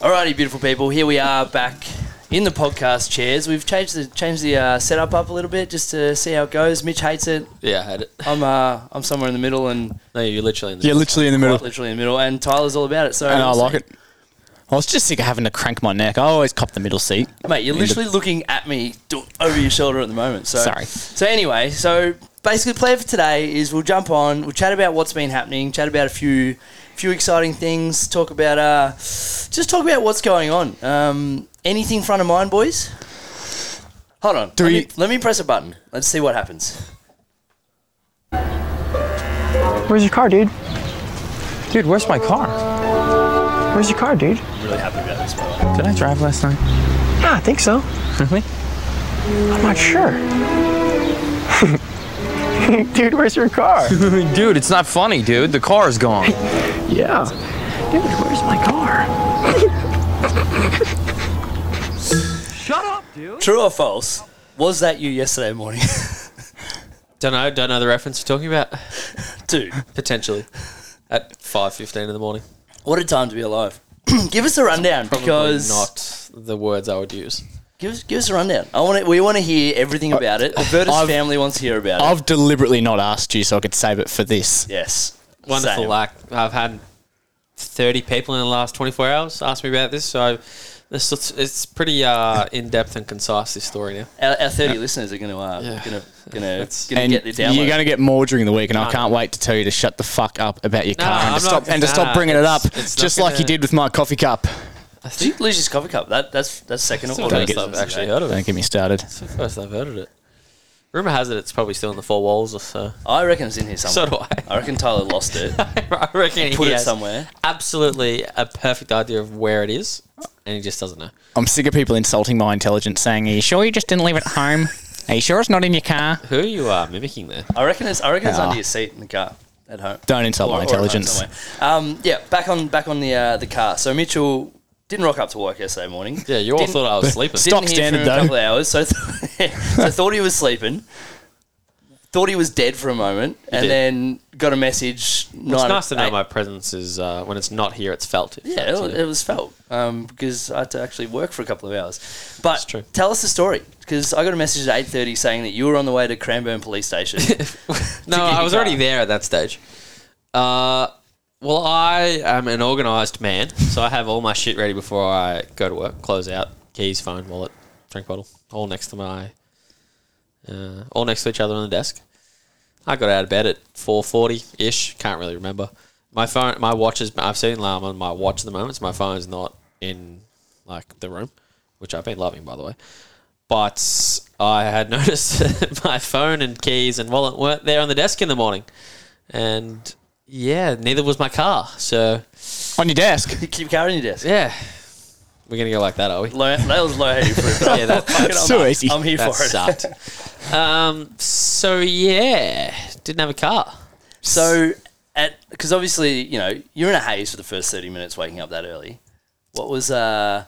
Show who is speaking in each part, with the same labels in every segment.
Speaker 1: Alrighty, beautiful people. Here we are back in the podcast chairs. We've changed the changed the uh, setup up a little bit just to see how it goes. Mitch hates it.
Speaker 2: Yeah, I had it.
Speaker 1: I'm uh, I'm somewhere in the middle and
Speaker 2: No, you're literally in the
Speaker 3: Yeah, literally in the middle.
Speaker 1: quite literally in the middle. And Tyler's all about it. So
Speaker 3: And I like it. I was just sick of having to crank my neck. I always cop the middle seat.
Speaker 1: Mate, you're
Speaker 3: In the-
Speaker 1: literally looking at me do- over your shoulder at the moment. So
Speaker 3: Sorry.
Speaker 1: So anyway, so basically, the plan for today is we'll jump on, we'll chat about what's been happening, chat about a few, few exciting things, talk about uh, just talk about what's going on. Um, anything front of mind, boys? Hold on.
Speaker 3: Do
Speaker 1: let,
Speaker 3: we-
Speaker 1: me, let me press a button. Let's see what happens.
Speaker 4: Where's your car, dude?
Speaker 5: Dude, where's my car?
Speaker 4: Where's your car, dude?
Speaker 1: I'm really happy about this. by the way.
Speaker 5: Did I drive last night?
Speaker 4: Ah, I think so.
Speaker 5: Really?
Speaker 4: I'm not sure. dude, where's your car?
Speaker 5: dude, it's not funny, dude. The car is gone.
Speaker 4: yeah. Dude, where's my car?
Speaker 1: True or false? Was that you yesterday morning,
Speaker 2: Don't know. Don't know the reference you're talking about.
Speaker 1: dude?
Speaker 2: Potentially at five fifteen in the morning.
Speaker 1: What a time to be alive. Give us a rundown because
Speaker 2: not the words I would use.
Speaker 1: Give us, give us a rundown. I want to, We want to hear everything about it. The Virtus
Speaker 3: I've-
Speaker 1: family wants to hear about it.
Speaker 3: I've deliberately not asked you so I could save it for this.
Speaker 1: yes.
Speaker 2: Wonderful.
Speaker 1: Same.
Speaker 2: Like I've had thirty people in the last twenty four hours ask me about this, so this it's, it's pretty uh, in depth and concise. This story now.
Speaker 1: Our, our thirty listeners are going to uh,
Speaker 2: Yeah.
Speaker 1: going to going
Speaker 2: That's-
Speaker 1: to going to
Speaker 3: and
Speaker 1: get the download.
Speaker 3: you're going to get more during the week, and I
Speaker 2: No.
Speaker 3: can't wait to tell you to shut the fuck up about your
Speaker 2: No,
Speaker 3: car and
Speaker 2: I'm
Speaker 3: to, stop,
Speaker 2: not-
Speaker 3: and to
Speaker 2: nah,
Speaker 3: stop bringing it up,
Speaker 2: it's- it's not
Speaker 3: just like you
Speaker 2: gonna-
Speaker 3: did with my coffee cup.
Speaker 2: I
Speaker 1: Did you
Speaker 2: think
Speaker 1: lose his coffee cup? That that's that's second
Speaker 2: it's
Speaker 1: or
Speaker 2: the
Speaker 1: order.
Speaker 2: first I've
Speaker 1: business
Speaker 2: actually
Speaker 1: today.
Speaker 2: heard of it.
Speaker 3: Don't get me started.
Speaker 2: It's the first I've heard of it. Rumor has it it's probably still in the four walls or so.
Speaker 1: I reckon it's in here somewhere.
Speaker 2: So do I.
Speaker 1: I reckon Tyler lost it.
Speaker 2: I reckon he
Speaker 1: Put it
Speaker 2: has
Speaker 1: somewhere.
Speaker 2: Absolutely a perfect idea of where it is, and he just doesn't know.
Speaker 3: I'm sick of people insulting my intelligence, saying, "Are you sure you just didn't leave it at home? Are you sure it's not in your car?"
Speaker 2: Who you are mimicking there?
Speaker 1: I reckon it's I reckon it's
Speaker 3: Ah.
Speaker 1: under your seat in the car at home.
Speaker 3: Don't insult
Speaker 1: Or- or
Speaker 3: my
Speaker 1: at home
Speaker 3: intelligence.
Speaker 1: somewhere. Um, yeah, back on back on the uh, the car. So Mitchell didn't rock up to work yesterday morning.
Speaker 2: Yeah, you all
Speaker 1: Didn't-
Speaker 2: thought I was sleeping.
Speaker 3: Stop. Stock
Speaker 1: Didn't hear
Speaker 3: standard,
Speaker 1: from him A couple
Speaker 3: though.
Speaker 1: of hours, so, th- so thought he was sleeping. Thought he was dead for a moment, and
Speaker 2: did.
Speaker 1: then got a message. Nine,
Speaker 2: It's nice to know
Speaker 1: eight-
Speaker 2: my presence is uh, when it's not here. It's felt. It
Speaker 1: Yeah, it
Speaker 2: felt,
Speaker 1: was, it was felt um, because I had to actually work for a couple of hours. But
Speaker 2: true.
Speaker 1: tell us the story because I got a message at eight thirty saying that you were on the way to Cranbourne Police Station.
Speaker 2: no,
Speaker 1: get
Speaker 2: I
Speaker 1: your
Speaker 2: was already
Speaker 1: car.
Speaker 2: there at that stage. Uh, well, I am an organised man, so I have all my shit ready before I go to work. Close out keys, phone, wallet, drink bottle, all next to my, uh, all next to each other on the desk. I got out of bed at four forty ish. Can't really remember. My phone, my watch is. I've seen alarm on my watch at the moment, so my phone's not in like the room, which I've been loving by the way but I had noticed that my phone and keys and wallet weren't there on the desk in the morning, and yeah, neither was my car. So
Speaker 3: On your desk.
Speaker 1: Keep carrying your desk.
Speaker 2: yeah, we're gonna go like that, are we?
Speaker 1: Low, that was low hanging fruit. but
Speaker 2: yeah, that,
Speaker 1: fucking I'm
Speaker 3: so
Speaker 1: up.
Speaker 3: easy.
Speaker 1: I'm here
Speaker 2: that
Speaker 1: for it.
Speaker 2: sucked. um, so yeah, didn't have a car.
Speaker 1: So, at because obviously you know you're in a haze for the first thirty minutes waking up that early. What was uh,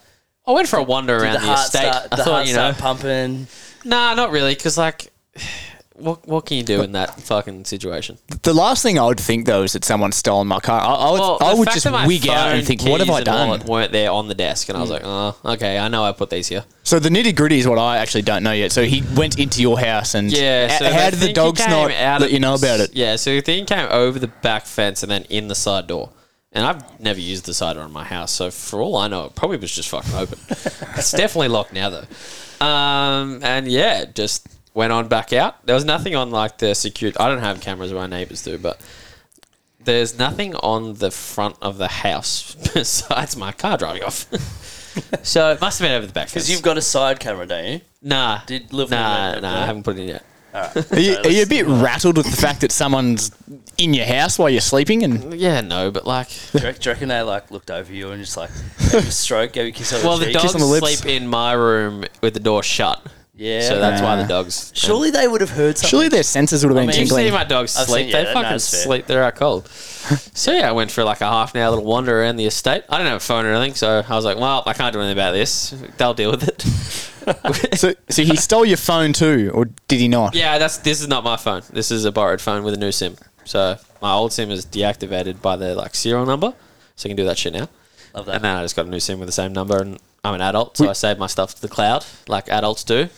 Speaker 2: I went for a wander around the,
Speaker 1: heart
Speaker 2: estate.
Speaker 1: start, the
Speaker 2: I thought,
Speaker 1: heart
Speaker 2: you know,
Speaker 1: start pumping?
Speaker 2: nah, not really, because like, what what can you do in that fucking situation?
Speaker 3: The last thing I would think though is that someone stole my car. I, I would,
Speaker 2: Well,
Speaker 3: I
Speaker 2: the
Speaker 3: would
Speaker 2: fact
Speaker 3: just
Speaker 2: that my
Speaker 3: wig out
Speaker 2: phone,
Speaker 3: and think, "What have
Speaker 2: keys,
Speaker 3: I
Speaker 2: and
Speaker 3: done?"
Speaker 2: wallet weren't there on the desk, and I
Speaker 1: Mm.
Speaker 2: was like, oh, okay, I know I put these here.
Speaker 3: So the nitty gritty is what I actually don't know yet. So he went into your house and
Speaker 2: Yeah.
Speaker 3: A- how
Speaker 2: So they
Speaker 3: did the
Speaker 2: think
Speaker 3: dogs
Speaker 2: he came
Speaker 3: not
Speaker 2: out
Speaker 3: let
Speaker 2: of-
Speaker 3: you know about it?
Speaker 2: Yeah. So the thing came over the back fence and then in the side door. And I've never used the side door in my house, so for all I know, it probably was just fucking open. it's definitely locked now though. Um, and yeah, it just went on back out. There was nothing on like the security. I don't have cameras, my neighbors do, but there's nothing on the front of the house besides my car driving off. so it must have been over the back fence.
Speaker 1: Because you've got a side camera, don't you?
Speaker 2: nah,
Speaker 1: Did live in
Speaker 2: nah,
Speaker 1: the-
Speaker 2: nah, I haven't put it in yet.
Speaker 3: Are you, are you a bit rattled with the fact that someone's in your house while you're sleeping? And
Speaker 2: Yeah, no, but like
Speaker 1: Do you reckon- do you reckon they like looked over you and just like gave you a stroke, gave you a kiss on
Speaker 2: Well,
Speaker 1: the
Speaker 2: the
Speaker 1: cheek?
Speaker 2: dogs
Speaker 3: on the lips.
Speaker 2: sleep in my room with the door shut.
Speaker 1: yeah.
Speaker 2: So that's why the
Speaker 3: Yeah.
Speaker 2: dogs.
Speaker 1: surely they would have heard something.
Speaker 3: surely their senses would have been
Speaker 1: mean,
Speaker 2: You've
Speaker 1: England.
Speaker 2: seen
Speaker 3: tingling.
Speaker 2: my dogs
Speaker 1: I've
Speaker 2: sleep.
Speaker 1: seen- yeah,
Speaker 2: they
Speaker 1: that-
Speaker 2: fucking
Speaker 1: that's fair.
Speaker 2: sleep. They're out cold. So yeah, I went for like a half an hour little wander around the estate. I didn't have a phone or anything, so I was like, "Well, I can't do anything about this. They'll deal with it."
Speaker 3: So, so he stole your phone too, or did he not?
Speaker 2: yeah, that's this is not my phone. This is a borrowed phone with a new SIM. So my old SIM is deactivated by the like serial number, so I can do that shit now.
Speaker 1: Love that.
Speaker 2: And then I just got a new SIM with the same number, and I'm an adult, so I save my stuff to the cloud like adults do.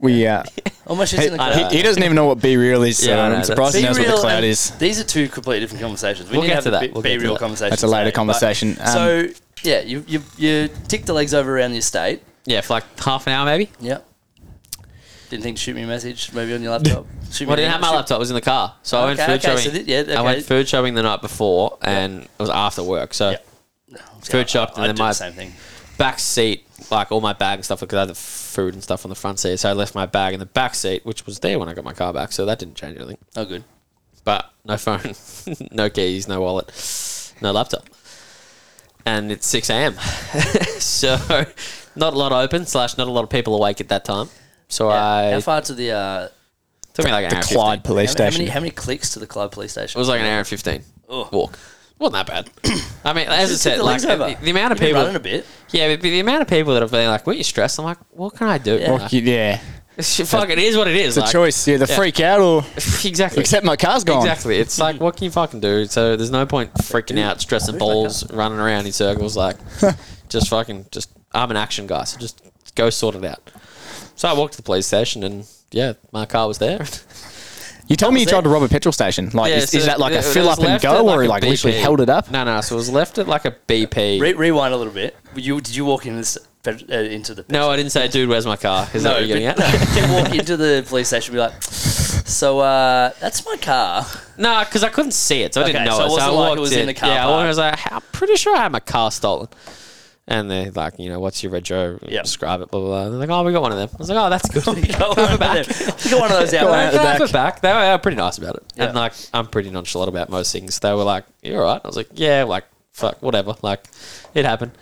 Speaker 3: We, uh,
Speaker 1: Almost just
Speaker 3: he,
Speaker 1: in the
Speaker 2: I
Speaker 1: cloud.
Speaker 2: don't-
Speaker 3: he, he doesn't even know what B Real is, so
Speaker 2: Yeah, I know,
Speaker 3: I'm surprised he
Speaker 1: Be
Speaker 3: knows what the
Speaker 1: real
Speaker 3: cloud
Speaker 1: and-
Speaker 3: is.
Speaker 1: These are two completely different conversations. We
Speaker 2: We'll
Speaker 1: need to
Speaker 2: get
Speaker 1: have
Speaker 2: to
Speaker 1: the
Speaker 2: that.
Speaker 1: Be,
Speaker 2: We'll get
Speaker 1: be
Speaker 2: to
Speaker 1: real
Speaker 2: that.
Speaker 1: conversation.
Speaker 3: That's a later conversation. Um,
Speaker 1: so yeah, you you you tick the legs over around the estate.
Speaker 2: Yeah, for like half an hour maybe.
Speaker 1: Yeah. Didn't think to shoot me a message, maybe on your laptop. Shoot
Speaker 2: Well, I
Speaker 1: me an
Speaker 2: didn't have my
Speaker 1: email.
Speaker 2: laptop. It was in the car, so I went
Speaker 1: Okay,
Speaker 2: food
Speaker 1: okay,
Speaker 2: shopping.
Speaker 1: so thi- yeah,
Speaker 2: I went
Speaker 1: okay.
Speaker 2: food shopping the night before, and it was after work. So
Speaker 1: Yeah.
Speaker 2: food shopped, and
Speaker 1: I'd
Speaker 2: then
Speaker 1: do
Speaker 2: my
Speaker 1: the same thing.
Speaker 2: back seat, like all my bag and stuff, because I had the food and stuff on the front seat. So I left my bag in the back seat, which was there when I got my car back. So that didn't change anything.
Speaker 1: Oh, good.
Speaker 2: But no phone, no keys, no wallet, no laptop. And it's 6 a.m. so not a lot open, slash, not a lot of people awake at that time. So I.
Speaker 1: How far to the uh,
Speaker 2: took me like an
Speaker 3: the
Speaker 2: hour. and 15.
Speaker 3: Clyde
Speaker 1: how,
Speaker 3: police
Speaker 1: many- how
Speaker 3: station.
Speaker 1: many how many clicks to the Clyde police
Speaker 2: It
Speaker 1: station?
Speaker 2: was like an hour and 15 walk. Wasn't that bad. I mean, as I
Speaker 1: Just took
Speaker 2: said,
Speaker 1: the
Speaker 2: like,
Speaker 1: legs
Speaker 2: the,
Speaker 1: over.
Speaker 2: the amount of
Speaker 1: You've been
Speaker 2: people.
Speaker 1: running a bit.
Speaker 2: Yeah, but the amount of people that have been like, what are you stressed? I'm like, what can I do?
Speaker 1: Yeah.
Speaker 2: Like,
Speaker 3: You- yeah.
Speaker 2: it's- fuck, it is what it is.
Speaker 3: The
Speaker 2: like,
Speaker 3: choice, yeah, the
Speaker 2: yeah.
Speaker 3: freak out or
Speaker 2: Exactly.
Speaker 3: accept my car's gone.
Speaker 2: Exactly. It's like, what can you fucking do? So there's no point freaking out, stressing balls,
Speaker 1: uh,
Speaker 2: running around in circles. Like, just fucking, just, I'm an action guy, so just go sort it out. So I walked to the police station and, yeah, my car was there.
Speaker 3: You told me you
Speaker 1: was
Speaker 3: tried
Speaker 1: it.
Speaker 3: to rob a petrol station. Like,
Speaker 2: Yeah,
Speaker 3: is,
Speaker 2: so
Speaker 3: is that like
Speaker 2: it-
Speaker 3: a
Speaker 2: it
Speaker 3: fill
Speaker 2: was
Speaker 3: up and
Speaker 2: left
Speaker 3: go,
Speaker 2: at like
Speaker 3: or
Speaker 2: a
Speaker 3: like literally
Speaker 2: BP.
Speaker 3: held it up?
Speaker 2: No, no, so it was left at like a BP.
Speaker 1: Re- rewind a little bit. You did you walk into this, uh, into the
Speaker 2: No, I didn't say, dude, where's my car? Is that what you're getting
Speaker 1: but-
Speaker 2: at?
Speaker 1: no, you walk into the police station and be like, so uh, that's my car.
Speaker 2: No, because I couldn't see it, so I didn't
Speaker 1: Okay,
Speaker 2: know
Speaker 1: so it
Speaker 2: it. So I
Speaker 1: wasn't like it
Speaker 2: walked
Speaker 1: was in the car
Speaker 2: Yeah,
Speaker 1: park.
Speaker 2: I was like, I'm pretty sure I had my car stolen. And they're like, you know, what's your red Joe?
Speaker 1: Yep.
Speaker 2: Describe it, blah, blah, blah. And they're like, oh, we got one of them. I was like, oh, that's good.
Speaker 1: You got one of them. You got one of those out.
Speaker 2: They
Speaker 1: mate.
Speaker 2: were back. They were uh, pretty nice about it. And
Speaker 1: Yeah.
Speaker 2: like, I'm pretty nonchalant about most things. They were like, you're all right. I was like, yeah, like, fuck, whatever. Like, it happened.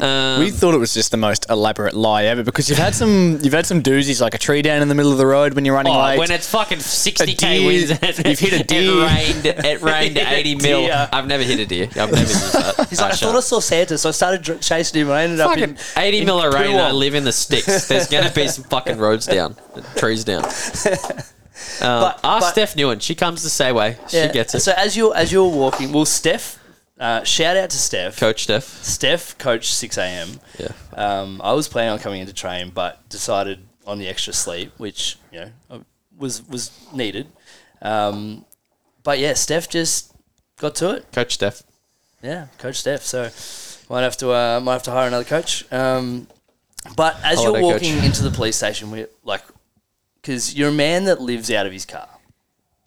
Speaker 2: Um,
Speaker 3: We thought it was just the most elaborate lie ever because you've had some you've had some doozies like a tree down in the middle of the road when you're running
Speaker 2: Oh,
Speaker 3: late.
Speaker 2: when it's fucking
Speaker 3: A
Speaker 2: 60k
Speaker 3: deer.
Speaker 2: winds and it,
Speaker 3: You've hit a deer.
Speaker 2: It rained, it rained 80 mil.
Speaker 1: Deer.
Speaker 2: I've never hit a deer. I've never used that.
Speaker 1: He's like, I thought I saw Santa, so I started dr- chasing him. and I ended up
Speaker 2: fucking
Speaker 1: in
Speaker 2: 80
Speaker 1: in
Speaker 2: mil of rain and I
Speaker 1: Coorong.
Speaker 2: live in the sticks. There's going to be some fucking roads down, trees down. Um,
Speaker 1: But-
Speaker 2: ask
Speaker 1: but-
Speaker 2: Steph Newen. She comes the same way.
Speaker 1: Yeah.
Speaker 2: She gets it.
Speaker 1: So as you're as you're walking, well, Steph, uh, shout out to Steph.
Speaker 2: Coach Steph. Uh,
Speaker 1: Steph, coach six a.m.
Speaker 2: Yeah.
Speaker 1: Um, I was planning on coming into train, but decided on the extra sleep, which you know uh, was was needed. Um, but yeah, Steph just got to it.
Speaker 2: Coach Steph.
Speaker 1: Yeah, coach Steph. So might have to uh, might have to hire another coach. Um, but as
Speaker 2: Holiday
Speaker 1: you're
Speaker 2: coach.
Speaker 1: walking into the police station, we like because you're a man that lives out of his car.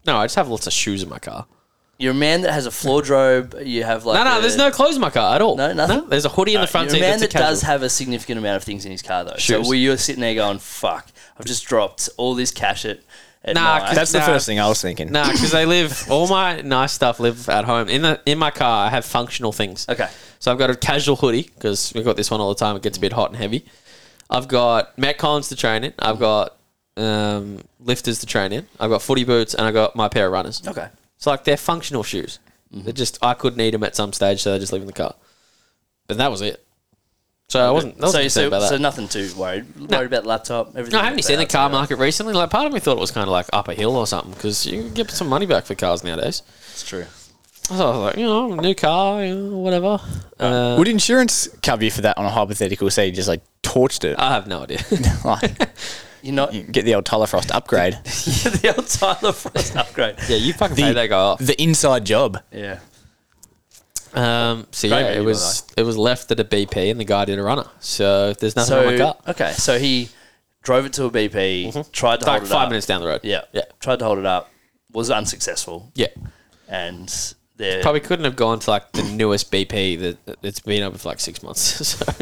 Speaker 2: No, I just have lots of shoes in my car.
Speaker 1: You're a man that has a wardrobe. You have like
Speaker 2: No, no,
Speaker 1: a-
Speaker 2: there's no clothes in my car at all.
Speaker 1: No, nothing?
Speaker 2: there's a hoodie in the
Speaker 1: You're Uh,
Speaker 2: front
Speaker 1: a
Speaker 2: seat.
Speaker 1: man
Speaker 2: that's a
Speaker 1: that does
Speaker 2: casual.
Speaker 1: have a significant amount of things in his car though.
Speaker 2: Shoes.
Speaker 1: So we you're sitting there going, "Fuck, I've just dropped all this cash at." at
Speaker 2: Nah,
Speaker 1: night."
Speaker 2: 'cause
Speaker 3: That's the
Speaker 2: Nah.
Speaker 3: first thing I was thinking.
Speaker 2: Nah, because they live. All my nice stuff live at home. In the in my car, I have functional things.
Speaker 1: Okay.
Speaker 2: So I've got a casual hoodie because we've got this one all the time. It gets a bit hot and heavy. I've got Matt Collins to train in. I've got um, lifters to train in. I've got footy boots and I got my pair of runners.
Speaker 1: okay. Mm-hmm.
Speaker 2: So like they're functional shoes. They're just I could need them at some stage, so they just leave in the car. But that was it. So I wasn't. I wasn't
Speaker 1: So,
Speaker 2: concerned
Speaker 1: so,
Speaker 2: about that.
Speaker 1: so nothing too worried. Worried about the laptop. Everything.
Speaker 2: No, haven't you
Speaker 1: like
Speaker 2: seen the
Speaker 1: that.
Speaker 2: car market recently? Like, part of me thought it was kind of like up a hill or something because you can get some money back for cars nowadays.
Speaker 1: It's true.
Speaker 2: So I was like, you know, new car, you know, whatever. Uh,
Speaker 3: Would insurance cover you for that on a hypothetical? Say you just like torched it,
Speaker 2: I have no idea.
Speaker 3: like
Speaker 1: You're not
Speaker 2: Mm.
Speaker 3: get the old Tyler Frost upgrade,
Speaker 1: the old Tyler Frost upgrade.
Speaker 2: yeah, you fucking
Speaker 3: The-
Speaker 2: paid that guy off.
Speaker 3: the inside job.
Speaker 1: Yeah.
Speaker 2: Um, so
Speaker 1: Great
Speaker 2: yeah,
Speaker 1: value,
Speaker 2: it
Speaker 1: by
Speaker 2: was it was left at a BP, and the guy did a runner. So there's nothing
Speaker 1: So uh,
Speaker 2: on my car.
Speaker 1: okay, so he drove it to a BP, tried to
Speaker 2: It's like
Speaker 1: hold it
Speaker 2: five
Speaker 1: up.
Speaker 2: minutes down the road.
Speaker 1: Yeah,
Speaker 2: yeah,
Speaker 1: Tried to hold it up, was unsuccessful,
Speaker 2: yeah.
Speaker 1: and there.
Speaker 2: Probably couldn't have gone to like the newest BP that it's been open for like six months. so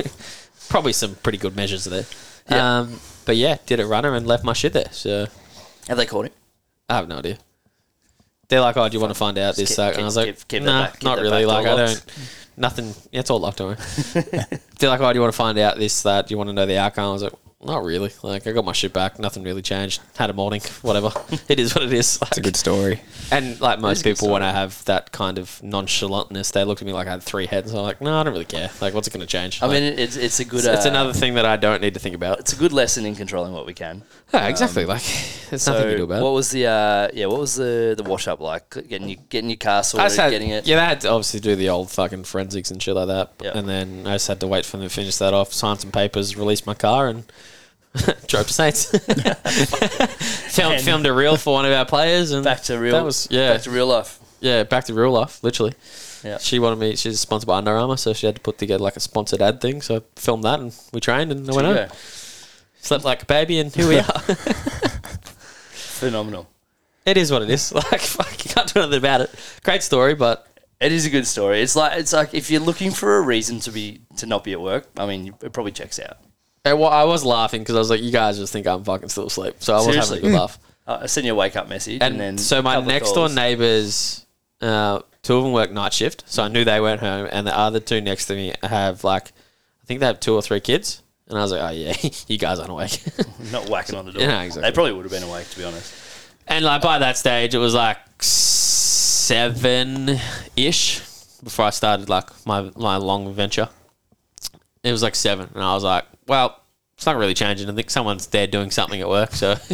Speaker 2: probably some pretty good measures there.
Speaker 1: Yeah.
Speaker 2: Um, but yeah, did a runner and left my shit there. So.
Speaker 1: have they caught him?
Speaker 2: I have no idea. They're like, oh, do you want to find out this?
Speaker 1: keep-
Speaker 2: that?
Speaker 1: keep-
Speaker 2: and I was like,
Speaker 1: keep- keep that
Speaker 2: nah,
Speaker 1: back, keep
Speaker 2: not
Speaker 1: that
Speaker 2: really.
Speaker 1: back,
Speaker 2: Like,
Speaker 1: door
Speaker 2: I
Speaker 1: locked."
Speaker 2: don't, nothing. Yeah, it's all locked away. They're like, oh, do you want to find out this, that? Do you want to know the outcome? I was like, not really. Like I got my shit back. Nothing really changed. Had a morning. Whatever. it is what it is. Like,
Speaker 3: It's a good story.
Speaker 2: And like most
Speaker 1: good
Speaker 2: people, when I have that kind of nonchalantness, they look at me like I had three heads. I'm like, no, I don't really care. Like, what's it going to change?
Speaker 1: I
Speaker 2: Like,
Speaker 1: mean, it- it's it's a good.
Speaker 2: it's, it's
Speaker 1: uh,
Speaker 2: another thing that I don't need to think about.
Speaker 1: It's um, a good lesson in controlling what we can.
Speaker 2: Yeah, exactly. like, there's nothing to do about
Speaker 1: What
Speaker 2: it.
Speaker 1: was the uh, yeah? What was the the wash up like? Getting you getting your car
Speaker 2: I
Speaker 1: sorted,
Speaker 2: just had,
Speaker 1: getting it.
Speaker 2: Yeah, they had to obviously do the old fucking forensics and shit like that.
Speaker 1: Yeah.
Speaker 2: And then I just had to wait for them to finish that off, sign some papers, release my car, and drove to Saints. filmed,
Speaker 1: And-
Speaker 2: filmed a reel for one of our players, and
Speaker 1: Back to real.
Speaker 2: That was yeah,
Speaker 1: Back to real life.
Speaker 2: yeah, back to real life, literally.
Speaker 1: Yeah.
Speaker 2: She wanted me. She's sponsored by Under Armour, so she had to put together like a sponsored ad thing. So I filmed that, and we trained, and I went home,
Speaker 1: Yeah.
Speaker 2: slept like a baby, and here we are.
Speaker 1: Phenomenal.
Speaker 2: it is what it is. Like fuck, you can't do anything about it. Great story, but
Speaker 1: It is a good story. It's like it's like if you're looking for a reason to be to not be at work. I mean, it probably checks out.
Speaker 2: I wa- I was laughing because I was like, you guys just think I'm fucking still asleep. So I was having
Speaker 1: Seriously.
Speaker 2: a good laugh.
Speaker 1: Uh, I send you a wake up message, and,
Speaker 2: And,
Speaker 1: then
Speaker 2: so
Speaker 1: a
Speaker 2: my
Speaker 1: couple of
Speaker 2: next door
Speaker 1: calls.
Speaker 2: neighbors, uh, two of them work night shift, so I knew they weren't home, and the other two next to me have like, I think they have two or three kids, and I was like, oh yeah, you guys aren't awake.
Speaker 1: not whacking on the door.
Speaker 2: Yeah, exactly.
Speaker 1: They probably would have been awake to be honest.
Speaker 2: And like by that stage, it was like seven ish before I started like my my long venture. It was like seven, and I was like, well, it's not really changing. I think someone's there doing something at work, so.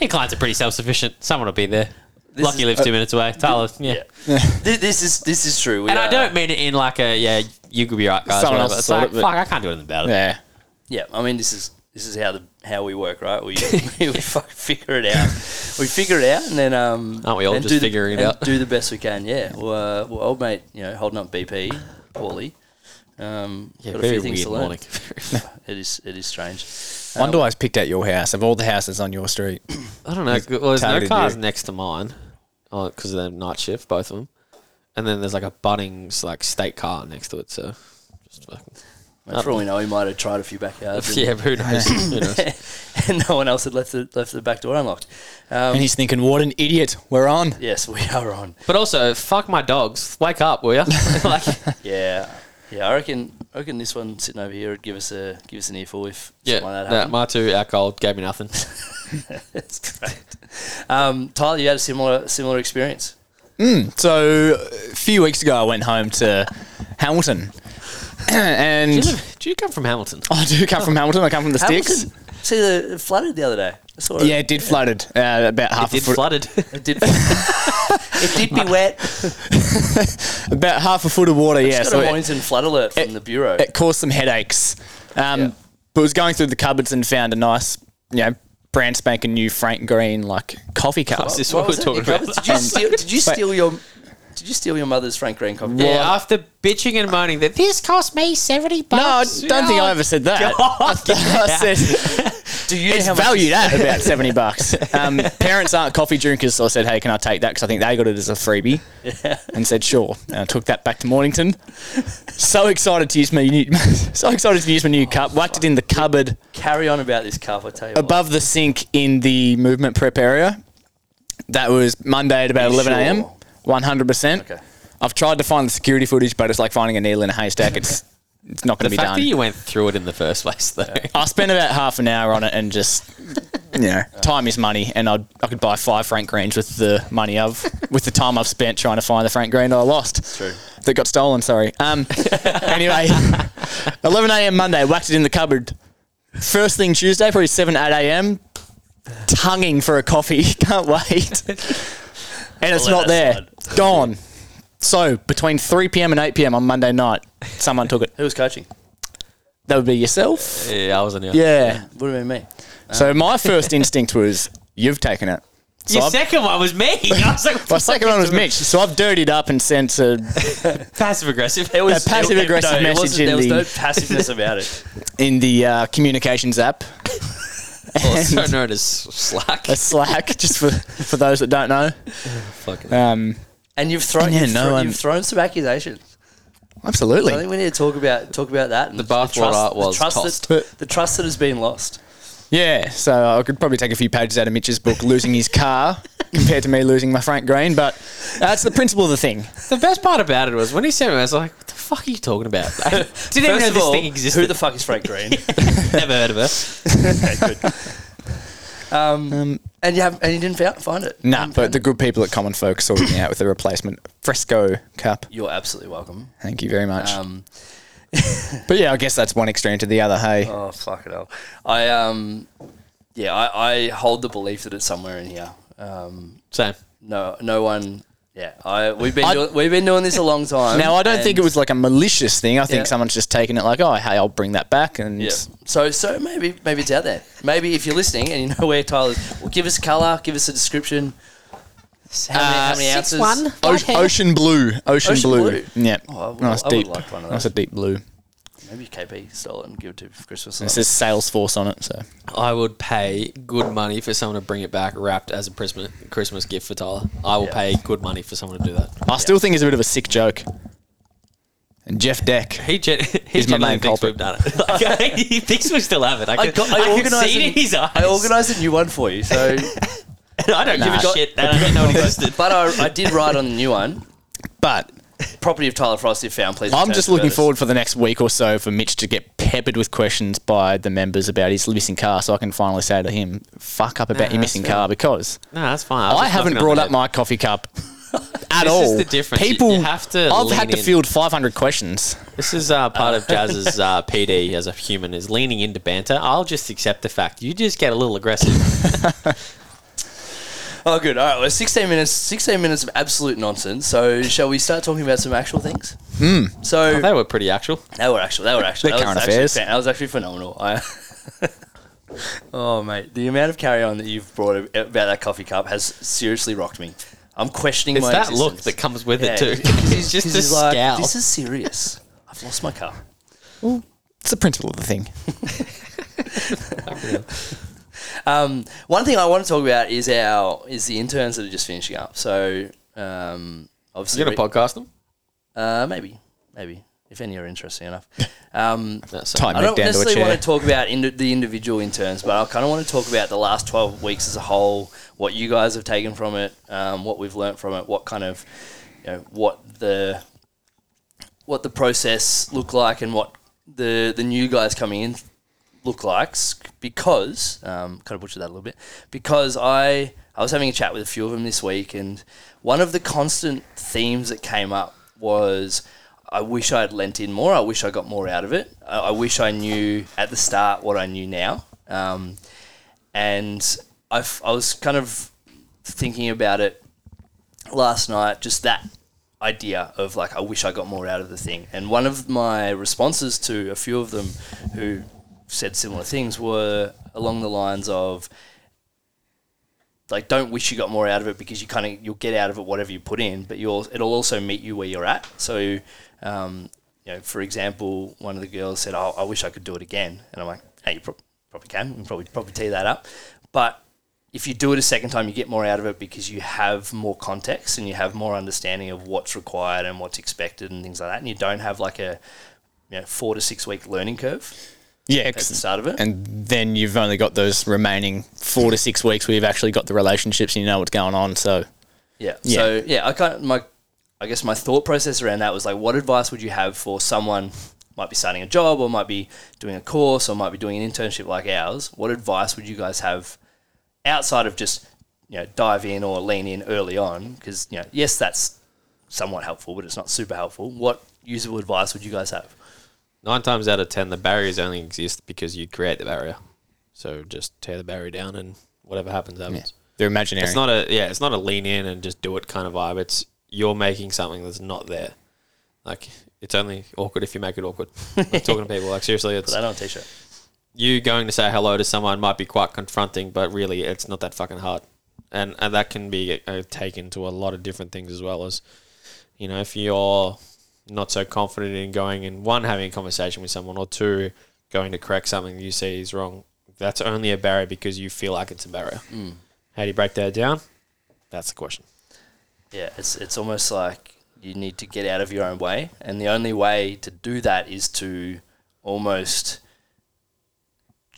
Speaker 2: Your clients are pretty self-sufficient. Someone will be there. Lucky
Speaker 1: is-
Speaker 2: lives two minutes away. Tyler, yeah.
Speaker 1: Yeah. Thi- this is this is true. We
Speaker 2: And I
Speaker 1: are-
Speaker 2: don't mean it in like a yeah. You could be right, guys.
Speaker 3: Someone else
Speaker 2: whatever. It's
Speaker 3: sort
Speaker 2: like
Speaker 3: it, but-
Speaker 2: fuck. I can't do anything about it.
Speaker 3: Yeah.
Speaker 1: Yeah, I mean this is this is how the how we work, right? We we fucking figure it out. We figure it out, and then um,
Speaker 2: Aren't we all
Speaker 1: and
Speaker 2: just
Speaker 1: do the-
Speaker 2: figuring it
Speaker 1: and
Speaker 2: out?
Speaker 1: Do the best we can. Yeah. Well, uh, well old mate, you know, holding up BP poorly. Um,
Speaker 2: Yeah,
Speaker 1: got a
Speaker 2: very
Speaker 1: few things
Speaker 2: weird
Speaker 1: to learn.
Speaker 2: morning.
Speaker 1: It is it is strange.
Speaker 3: Wonder why it's picked out your house of all the houses on your street.
Speaker 2: I don't know. Well, there's no
Speaker 3: targeted
Speaker 2: cars
Speaker 3: you.
Speaker 2: next to mine because of the night shift, both of them. And then there's like a Bunnings like state car next to it. So just fucking Uh,
Speaker 1: Mate, For all we know, he might have tried a few backyards.
Speaker 2: yeah, who knows? who knows?
Speaker 1: And, and no one else had left the left the back door unlocked.
Speaker 2: Um,
Speaker 3: and he's thinking, what an idiot. We're on.
Speaker 1: Yes, we are on.
Speaker 2: But also, fuck my dogs. Wake up, will you? like,
Speaker 1: Yeah, yeah. I reckon I reckon this one sitting over here would give us a give us an earful if
Speaker 2: yeah,
Speaker 1: something like that
Speaker 2: that,
Speaker 1: happened.
Speaker 2: my two alcohol gave me nothing.
Speaker 1: That's great. Um, Tyler, you had a similar similar experience.
Speaker 3: So a few weeks ago, I went home to Hamilton. and
Speaker 2: Do you live- do you come from Hamilton?
Speaker 3: I do come from Hamilton. I come from the sticks.
Speaker 1: Hamilton- See, the, it flooded the other day. I saw it.
Speaker 3: Yeah, it did flooded uh, about half
Speaker 2: Did
Speaker 3: a foot.
Speaker 2: flooded.
Speaker 1: it did. it did be wet.
Speaker 3: about half a foot of water. Yeah,
Speaker 1: It's got
Speaker 3: so
Speaker 1: a
Speaker 3: it,
Speaker 1: Mornington flood alert from
Speaker 3: it-
Speaker 1: the bureau.
Speaker 3: it caused some headaches. Um,
Speaker 1: Yeah.
Speaker 3: But was going through the cupboards and found a nice, you know, brand spanking new Frank Green like coffee cup.
Speaker 2: Is this what we're
Speaker 1: was
Speaker 2: talking
Speaker 1: it? Your
Speaker 2: about?
Speaker 1: cupboards? Did you steal? Did you
Speaker 3: Wait.
Speaker 1: steal your? Did you steal your mother's Frank Green coffee?
Speaker 2: Yeah, after bitching and moaning that this cost me seventy
Speaker 3: No, I
Speaker 2: bucks.
Speaker 3: don't think I ever said that. I said
Speaker 1: Do you know
Speaker 3: it's
Speaker 1: how much-
Speaker 3: valued at about seventy bucks. Um, parents aren't coffee drinkers, so I said, "Hey, can I take that?" Because I think they got it as a freebie, and said, "Sure." And I took that back to Mornington. So excited to use my new, so excited to use my new cup. Whacked it in the cupboard.
Speaker 1: Carry on about this cup. I tell you.
Speaker 3: above the sink in the movement prep area. That was Monday at about
Speaker 1: You
Speaker 3: 11 a.m.
Speaker 1: sure?
Speaker 3: 100%.
Speaker 1: Okay.
Speaker 3: I've tried to find the security footage, but it's like finding a needle in a haystack. It's it's not
Speaker 2: The
Speaker 3: going to be
Speaker 2: fact
Speaker 3: done.
Speaker 2: that you went through it in the first place, though.
Speaker 3: I spent about half an hour on it and just, you know, time is money, and I'd, I could buy five Frank Greens with the money I've with the time I've spent trying to find the Frank Green I lost.
Speaker 1: true.
Speaker 3: That got stolen. Sorry. Um. anyway, 11 a.m. Monday, whacked it in the cupboard. First thing Tuesday, probably 7 8 a.m. Tonguing for a coffee. Can't wait. And it's
Speaker 1: I'll let
Speaker 3: not
Speaker 1: that
Speaker 3: there. Gone. So between 3 p.m. and 8 p.m. on Monday night, someone took it.
Speaker 1: Who was coaching?
Speaker 3: That would be yourself.
Speaker 2: Yeah, I wasn't. here.
Speaker 3: Yeah.
Speaker 1: Would have been me.
Speaker 3: So my first instinct was, you've taken it. So
Speaker 2: Your
Speaker 3: I've-
Speaker 2: second one was me. I was like,
Speaker 3: my second one was Mitch. So I've dirtied up and sent a.
Speaker 2: passive aggressive.
Speaker 1: It was
Speaker 3: A passive aggressive
Speaker 1: no, it wasn't-
Speaker 3: message in
Speaker 1: There was
Speaker 3: the-
Speaker 1: no passiveness about it.
Speaker 3: in the uh, communications app,
Speaker 2: also known as Slack.
Speaker 3: a Slack, just for, for those that don't know.
Speaker 2: Fucking
Speaker 3: Um,
Speaker 1: And you've thrown.
Speaker 3: Yeah,
Speaker 1: you've,
Speaker 3: no,
Speaker 1: thrown
Speaker 3: I'm-
Speaker 1: you've thrown some accusations. I
Speaker 3: absolutely.
Speaker 1: think we need to talk about talk about that. And the
Speaker 2: bathwater
Speaker 1: trust-
Speaker 2: was
Speaker 1: the trust
Speaker 2: tossed.
Speaker 1: That, the trust that has been lost.
Speaker 3: Yeah, so I could probably take a few pages out of Mitch's book, losing his car, compared to me losing my Frank Green, but that's the principle of the thing.
Speaker 2: the best part about it was when he sent me, I was like, what the fuck are you talking about?
Speaker 1: Didn't
Speaker 2: even know this thing
Speaker 1: Who
Speaker 2: existed.
Speaker 1: the fuck is Frank Green?
Speaker 2: Never heard of her.
Speaker 1: um, and you have and you didn't found, find it.
Speaker 3: Nah, but the good people at Common Folk sorted me out with a replacement Fresco cup.
Speaker 1: You're absolutely welcome.
Speaker 3: Thank you very much.
Speaker 1: Um,
Speaker 3: but yeah, I guess that's one extreme to the other. Hey,
Speaker 1: oh fuck it hell. I um, yeah, I, I hold the belief that it's somewhere in here. Um,
Speaker 2: Same.
Speaker 1: no, no one. Yeah, I we've been
Speaker 3: I-
Speaker 1: doing, we've been doing this a long time.
Speaker 3: now I don't think it
Speaker 1: and-
Speaker 3: was like a malicious thing. I think
Speaker 1: Yeah.
Speaker 3: someone's just taken it like, oh, hey, I'll bring that back, and
Speaker 1: Yeah. So so maybe maybe it's out there. Maybe if you're listening and you know where Tyler's, well, give us a color, give us a description. How many, how many ounces?
Speaker 6: one.
Speaker 3: O-
Speaker 6: Right hand.
Speaker 3: ocean blue, ocean,
Speaker 1: Ocean
Speaker 3: blue.
Speaker 1: blue.
Speaker 3: Yeah,
Speaker 1: Oh, I would-
Speaker 3: nice
Speaker 1: I would
Speaker 3: deep,
Speaker 1: like one of
Speaker 3: nice
Speaker 1: those.
Speaker 3: a deep blue.
Speaker 1: Maybe KP stole it and give it to Christmas.
Speaker 3: It says Salesforce on it, so
Speaker 2: I would pay good money for someone to bring it back wrapped as a Christmas Christmas gift for Tyler. I will
Speaker 1: Yeah.
Speaker 2: pay good money for someone to do that.
Speaker 3: I still think it's a bit of a sick joke. And Jeff Deck.
Speaker 2: He, gen- he
Speaker 3: He's my
Speaker 2: genuinely
Speaker 3: main
Speaker 2: thinks
Speaker 3: culprit.
Speaker 2: we've done it. Like, he thinks we still have it. I
Speaker 1: I,
Speaker 2: can,
Speaker 1: got,
Speaker 2: I
Speaker 1: I,
Speaker 2: can
Speaker 1: organised
Speaker 2: see
Speaker 1: an-
Speaker 2: it in his eyes.
Speaker 1: I organised a new one for you, so
Speaker 2: I don't give
Speaker 3: Nah.
Speaker 2: a shit. that I didn't know it existed.
Speaker 1: but I, I did write on the new one.
Speaker 3: But
Speaker 1: Property of Tyler Frost, if found, please.
Speaker 3: I'm
Speaker 1: return
Speaker 3: just
Speaker 1: to
Speaker 3: looking
Speaker 1: Curtis.
Speaker 3: forward for the next week or so for Mitch to get peppered with questions by the members about his missing car so I can finally say to him, fuck up about your
Speaker 2: that's
Speaker 3: missing
Speaker 2: fair.
Speaker 3: car because
Speaker 2: No, that's fine. was
Speaker 3: I
Speaker 2: just
Speaker 3: haven't
Speaker 2: knocking on
Speaker 3: brought
Speaker 2: the
Speaker 3: up
Speaker 2: head.
Speaker 3: my coffee cup at
Speaker 2: This
Speaker 3: all.
Speaker 2: is the difference. You-
Speaker 3: People
Speaker 2: you have to
Speaker 3: I've
Speaker 2: lean
Speaker 3: had to
Speaker 2: in.
Speaker 3: field 500 questions.
Speaker 2: This is uh, part of Jazz's uh, PD as a human is leaning into banter. I'll just accept the fact you just get a little aggressive.
Speaker 1: Oh, good. All right, well, 16 minutes. 16 minutes of absolute nonsense. So, shall we start talking about some actual things?
Speaker 2: Hmm.
Speaker 1: Mm. So
Speaker 2: they were pretty actual.
Speaker 1: They were actually. They were actually.
Speaker 3: They're
Speaker 1: that
Speaker 3: current
Speaker 1: was actually,
Speaker 3: affairs.
Speaker 1: fan- That was actually phenomenal. I, oh mate, the amount of carry on that you've brought ab- about that coffee cup has seriously rocked me. I'm questioning
Speaker 2: It's
Speaker 1: my
Speaker 2: that look
Speaker 1: existence.
Speaker 2: that comes with
Speaker 1: Yeah,
Speaker 2: it too.
Speaker 1: 'cause
Speaker 2: He's just
Speaker 1: 'cause
Speaker 2: a
Speaker 1: he's like,
Speaker 2: scowl.
Speaker 1: This is serious. I've lost my cup.
Speaker 3: It's the principle of the thing.
Speaker 1: Um, one thing I want to talk about is our is the interns that are just finishing up. So um, obviously,
Speaker 2: you gonna
Speaker 1: we-
Speaker 2: podcast them?
Speaker 1: uh, maybe, maybe if any are interesting enough. Um,
Speaker 2: That's so-
Speaker 3: Time
Speaker 1: I
Speaker 3: back
Speaker 1: don't
Speaker 3: down to a
Speaker 1: necessarily
Speaker 3: chair.
Speaker 1: want to talk about indi- the individual interns, but I kind of want to talk about the last 12 weeks as a whole, what you guys have taken from it, um, what we've learnt from it, what kind of, you know, what the what the process looked like and what the the new guys coming in look like s- because um, kind of butchered that a little bit because I I was having a chat with a few of them this week and one of the constant themes that came up was I wish I had lent in more I wish I got more out of it I, I wish I knew at the start what I knew now um, and I f- I was kind of thinking about it last night just that idea of like I wish I got more out of the thing. And one of my responses to a few of them who said similar things were along the lines of like don't wish you got more out of it because you kind of you'll get out of it whatever you put in, but you'll it'll also meet you where you're at. So um, you know, for example, one of the girls said, "Oh, I wish I could do it again," and I'm like, "Hey, you prob- probably can. You can probably probably tee that up." But if you do it a second time, you get more out of it because you have more context and you have more understanding of what's required and what's expected and things like that. And you don't have like a you know, four to six week learning curve
Speaker 3: Yeah,
Speaker 1: at the start of it.
Speaker 3: and then you've only got those remaining four to six weeks where you've actually got the relationships and you know what's going on. So
Speaker 1: Yeah.
Speaker 3: Yeah.
Speaker 1: So yeah, I kind of, my I guess my thought process around that was like, what advice would you have for someone might be starting a job or might be doing a course or might be doing an internship like ours? What advice would you guys have outside of just you know dive in or lean in early on? Because you know, yes, that's somewhat helpful, but it's not super helpful. What usable advice would you guys have?
Speaker 2: Nine times out of ten, the barriers only exist because you create the barrier. So just tear the barrier down, and whatever happens, happens.
Speaker 3: they're imaginary.
Speaker 2: It's not a yeah, it's not a lean in and just do it kind of vibe. It's you're making something that's not there. Like it's only awkward if you make it awkward. I'm talking to people, like seriously, it's
Speaker 1: Put that on a t-shirt.
Speaker 2: you going to say hello to someone might be quite confronting, but really it's not that fucking hard. And, and that can be uh, taken to a lot of different things as well as, you know, if you're not so confident in going and one, having a conversation with someone, or two, going to correct something you see is wrong, that's only a barrier because you feel like it's a barrier. How do you break that down? That's the question.
Speaker 1: Yeah, it's it's almost like you need to get out of your own way, and the only way to do that is to almost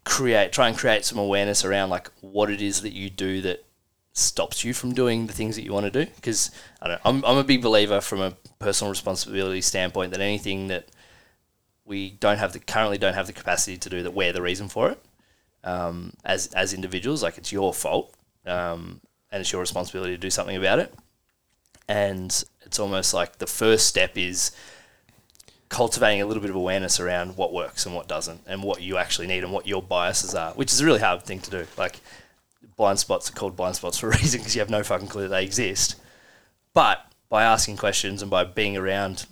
Speaker 1: create, try and create some awareness around like what it is that you do that stops you from doing the things that you want to do. Because I'm, I'm a big believer from a personal responsibility standpoint that anything that we don't have the currently don't have the capacity to do that we're the reason for it um, as as individuals. Like it's your fault, um, and it's your responsibility to do something about it. And it's almost like the first step is cultivating a little bit of awareness around what works and what doesn't, and what you actually need and what your biases are, which is a really hard thing to do. Like blind spots are called blind spots for a reason because you have no fucking clue they exist. But by asking questions and by being around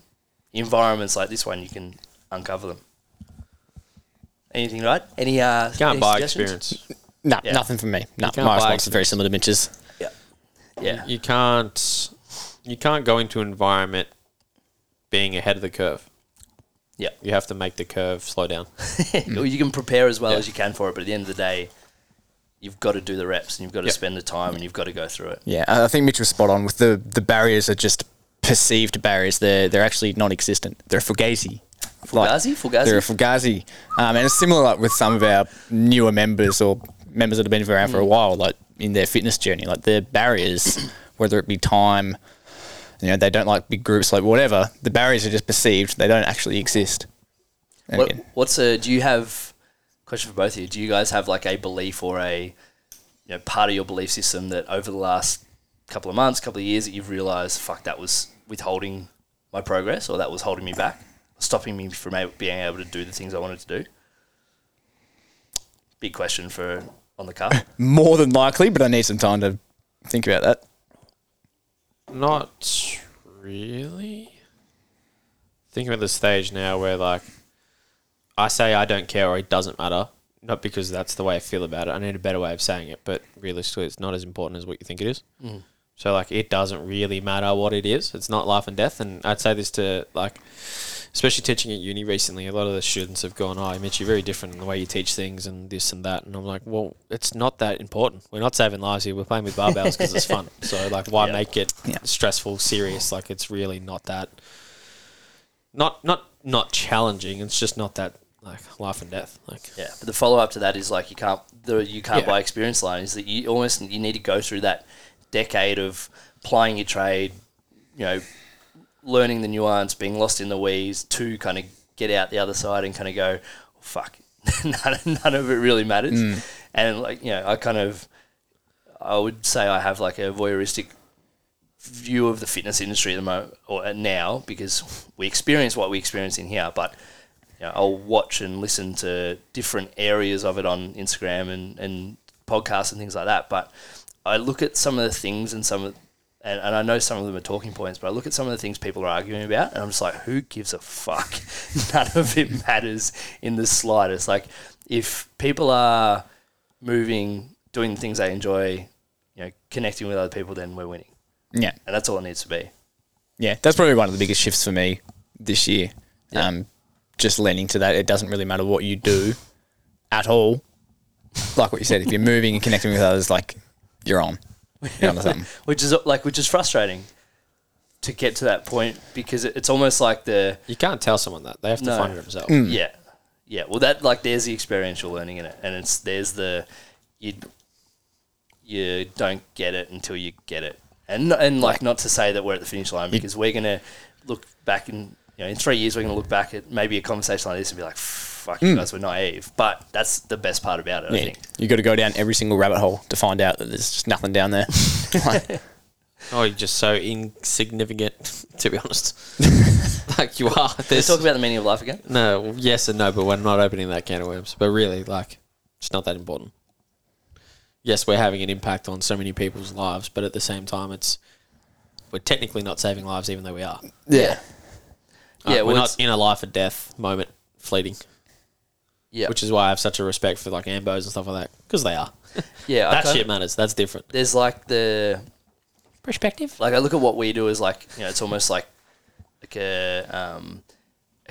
Speaker 1: environments like this one, you can uncover them. Anything right? Any uh?
Speaker 2: Can't
Speaker 1: any
Speaker 2: buy
Speaker 1: suggestions?
Speaker 2: experience.
Speaker 3: No,
Speaker 1: Yeah.
Speaker 3: nothing from me. No,
Speaker 2: can't
Speaker 3: my
Speaker 2: buy
Speaker 3: response is very similar to Mitch's.
Speaker 1: Yeah. Yeah.
Speaker 2: You can't. You can't go into an environment being ahead of the curve.
Speaker 1: Yeah.
Speaker 2: You have to make the curve slow down.
Speaker 1: Or you can prepare as well
Speaker 2: Yeah.
Speaker 1: as you can for it, but at the end of the day, you've got to do the reps and you've got to
Speaker 2: Yep.
Speaker 1: spend the time and you've got to go through it.
Speaker 3: Yeah, I I think Mitch was spot on with the the barriers are just perceived barriers. They're they're actually non-existent. They're fugazi.
Speaker 1: Fugazi? Fugazi?
Speaker 3: They're a fugazi, um, and it's similar like with some of our newer members or members that have been around for
Speaker 1: Hmm.
Speaker 3: a while, like in their fitness journey. Like their barriers, whether it be time, you know, they don't like big groups, like whatever. The barriers are just perceived. They don't actually exist. And
Speaker 1: What,
Speaker 3: yeah.
Speaker 1: what's a? Do you have question for both of you? Do you guys have like a belief or a you know part of your belief system that over the last couple of months, couple of years that you've realised, fuck, that was withholding my progress or that was holding me back, stopping me from a- being able to do the things I wanted to do? Big question for on the car.
Speaker 3: More than likely, but I need some time to think about that.
Speaker 2: Not really. Thinking about the stage now where like I say I don't care or it doesn't matter. Not because that's the way I feel about it. I need a better way of saying it, but realistically it's not as important as what you think it is. So like it doesn't really matter what it is. It's not life and death. And I'd say this to like especially teaching at uni recently, a lot of the students have gone, Oh, Mitch, you're very different in the way you teach things and this and that and I'm like, Well, it's not that important. We're not saving lives here, we're playing with barbells because it's fun. So like why make it
Speaker 3: Yeah.
Speaker 2: stressful, serious? Like it's really not that not not not challenging, it's just not that like life and death. Like
Speaker 1: Yeah, but the follow up to that is like you can't the you can't
Speaker 2: Yeah.
Speaker 1: buy experience line is that you almost you need to go through that decade of plying your trade, you know, learning the nuance, being lost in the weeds to kind of get out the other side and kind of go, "Oh, fuck, none, none of it really matters. And like you know, I kind of I would say I have like a voyeuristic view of the fitness industry at the moment or at now because we experience what we experience in here, but you know, I'll watch and listen to different areas of it on Instagram and, and podcasts and things like that. But I look at some of the things and some of, and, and I know some of them are talking points, but I look at some of the things people are arguing about and I'm just like, who gives a fuck? None of it matters in the slightest. Like if people are moving, doing the things they enjoy, you know, connecting with other people, then we're winning.
Speaker 3: Yeah.
Speaker 1: And that's all it needs to be.
Speaker 3: Yeah, that's probably one of the biggest shifts for me this year. Um, just leaning to that. It doesn't really matter what you do at all. Like what you said, if you're moving and connecting with others, like you're on. You're on to something.
Speaker 1: which is like which is frustrating to get to that point because it- it's almost like the
Speaker 2: you can't tell someone that. They have to
Speaker 1: No.
Speaker 2: find it themselves.
Speaker 1: yeah yeah well that like there's the experiential learning in it and it's there's the you you don't get it until you get it and and like not to say that we're at the finish line because we're gonna look back in you know in three years we're gonna look back at maybe a conversation like this and be like fuck
Speaker 2: Hmm.
Speaker 1: you guys were naive but that's the best part about it I
Speaker 3: Yeah.
Speaker 1: think
Speaker 3: You got to go down every single rabbit hole to find out that there's just nothing down there. Like,
Speaker 2: Oh, you're just so insignificant, to be honest. like you are.
Speaker 1: let's
Speaker 2: There's
Speaker 1: talk about the meaning of life again
Speaker 2: no, yes and no, but we're not opening that can of worms. But really, like, it's not that important. Yes, we're having an impact on so many people's lives, but at the same time, it's we're technically not saving lives, even though we are.
Speaker 1: yeah yeah
Speaker 2: Like, Uh, we're
Speaker 1: well,
Speaker 2: not
Speaker 1: it's-
Speaker 2: in a life or death moment, fleeting.
Speaker 1: yeah
Speaker 2: Which is why I have such a respect for like ambos and stuff like that, because they are.
Speaker 1: yeah I
Speaker 2: That
Speaker 1: kinda-
Speaker 2: shit matters. That's different.
Speaker 1: there's like the perspective. Like I look at what we do as like you know it's almost like like a um,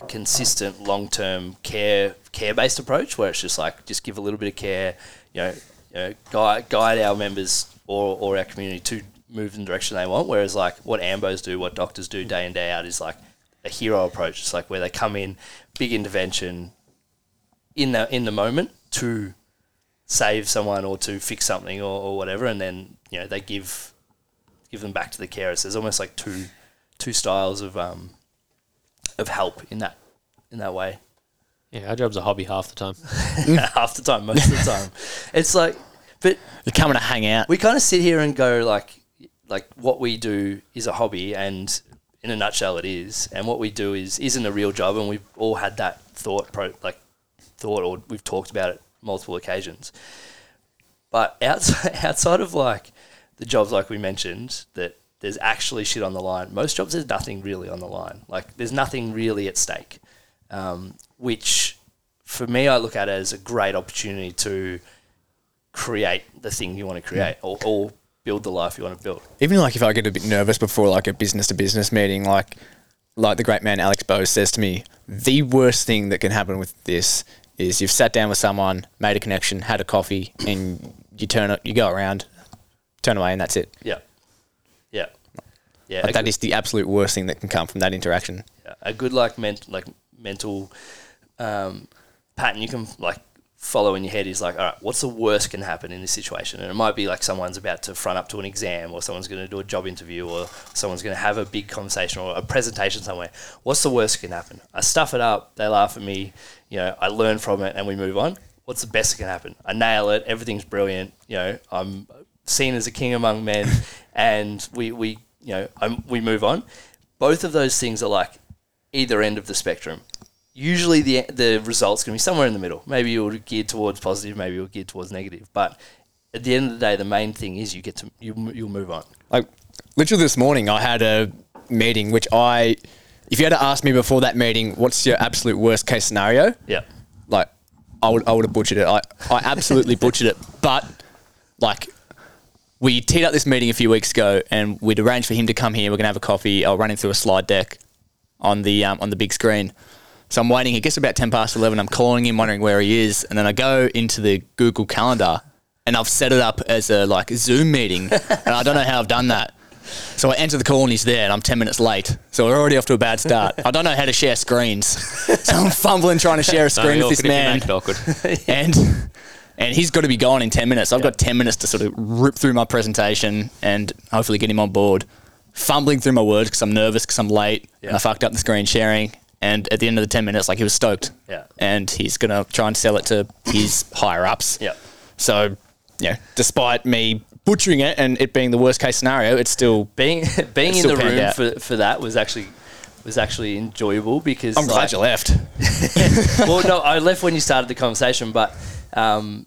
Speaker 1: a consistent long term care care based approach where it's just like just give a little bit of care, you know, you know guide guide our members or or our community to move in the direction they want. Whereas like what ambos do, what doctors do day in day out is like a hero approach. It's like where they come in, big intervention, in the in the moment to save someone or to fix something or, or whatever, and then you know they give give them back to the carers. There's almost like two two styles of um of help in that in that way.
Speaker 2: Yeah, our job's a hobby half the time.
Speaker 1: Half the time, most of the time, it's like, but
Speaker 3: They're coming to hang out.
Speaker 1: we kind of sit here and go like like what we do is a hobby and in a nutshell it is and what we do is isn't a real job and we've all had that thought pro- like thought or we've talked about it multiple occasions but outside, outside of like the jobs like we mentioned that there's actually shit on the line most jobs there's nothing really on the line like there's nothing really at stake um, which for me i look at it as a great opportunity to create the thing you want to create or, or build the life you want to build.
Speaker 3: Even like if I get a bit nervous before like a business to business meeting, like like the great man Alex Bowes says to me, the worst thing that can happen with this is you've sat down with someone, made a connection, had a coffee, and you turn it, you go around, turn away, and that's it.
Speaker 1: Yeah. Yeah. Yeah.
Speaker 3: Like
Speaker 1: a
Speaker 3: that
Speaker 1: good-
Speaker 3: is the absolute worst thing that can come from that interaction.
Speaker 1: yeah, a good like ment like mental um, pattern you can like follow in your head is like, all right, what's the worst can happen in this situation? And it might be like someone's about to front up to an exam, or someone's going to do a job interview, or someone's going to have a big conversation or a presentation somewhere. What's the worst can happen? I stuff it up, they laugh at me, you know, I learn from it, and we move on. What's the best that can happen? I nail it, everything's brilliant, you know, I'm seen as a king among men, and we we you know I'm, we move on. Both of those things are like either end of the spectrum. Usually, the the results can be somewhere in the middle. Maybe you're geared towards positive, maybe you're geared towards negative. But at the end of the day, the main thing is you get to you you'll move on.
Speaker 3: Like literally this morning, I had a meeting which I, if you had to ask me before that meeting, what's your absolute worst case scenario?
Speaker 1: Yeah,
Speaker 3: like I would I would have butchered it. I, I absolutely butchered it. But like we teed up this meeting a few weeks ago and we'd arranged for him to come here. We're gonna have a coffee. I'll run him through a slide deck on the um, on the big screen. So I'm waiting. He gets about ten past eleven. I'm calling him, wondering where he is, and then I go into the Google Calendar and I've set it up as a like Zoom meeting. and I don't know how I've done that. So I enter the call and he's there, and I'm 10 minutes late. So we're already off to a bad start. I don't know how to share screens. So I'm fumbling trying to share a
Speaker 2: No,
Speaker 3: screen
Speaker 2: you're
Speaker 3: with this
Speaker 2: gonna
Speaker 3: man
Speaker 2: Make it awkward.
Speaker 3: and and he's got to be gone in 10 minutes. I've got 10 minutes to sort of rip through my presentation and hopefully get him on board. Fumbling through my words because I'm nervous because I'm late and
Speaker 1: Yeah.
Speaker 3: I fucked up the screen sharing. And at the end of the 10 minutes, like he was stoked.
Speaker 1: Yeah.
Speaker 3: And he's going to try and sell it to his higher ups.
Speaker 1: yeah,
Speaker 3: So, yeah, despite me butchering it and it being the worst case scenario, it's still.
Speaker 1: being being in
Speaker 3: still
Speaker 1: the
Speaker 3: panned
Speaker 1: room
Speaker 3: out.
Speaker 1: for, for that was actually was actually enjoyable because
Speaker 3: I'm
Speaker 1: like-
Speaker 3: glad you left.
Speaker 1: well, no, I left when you started the conversation, but um,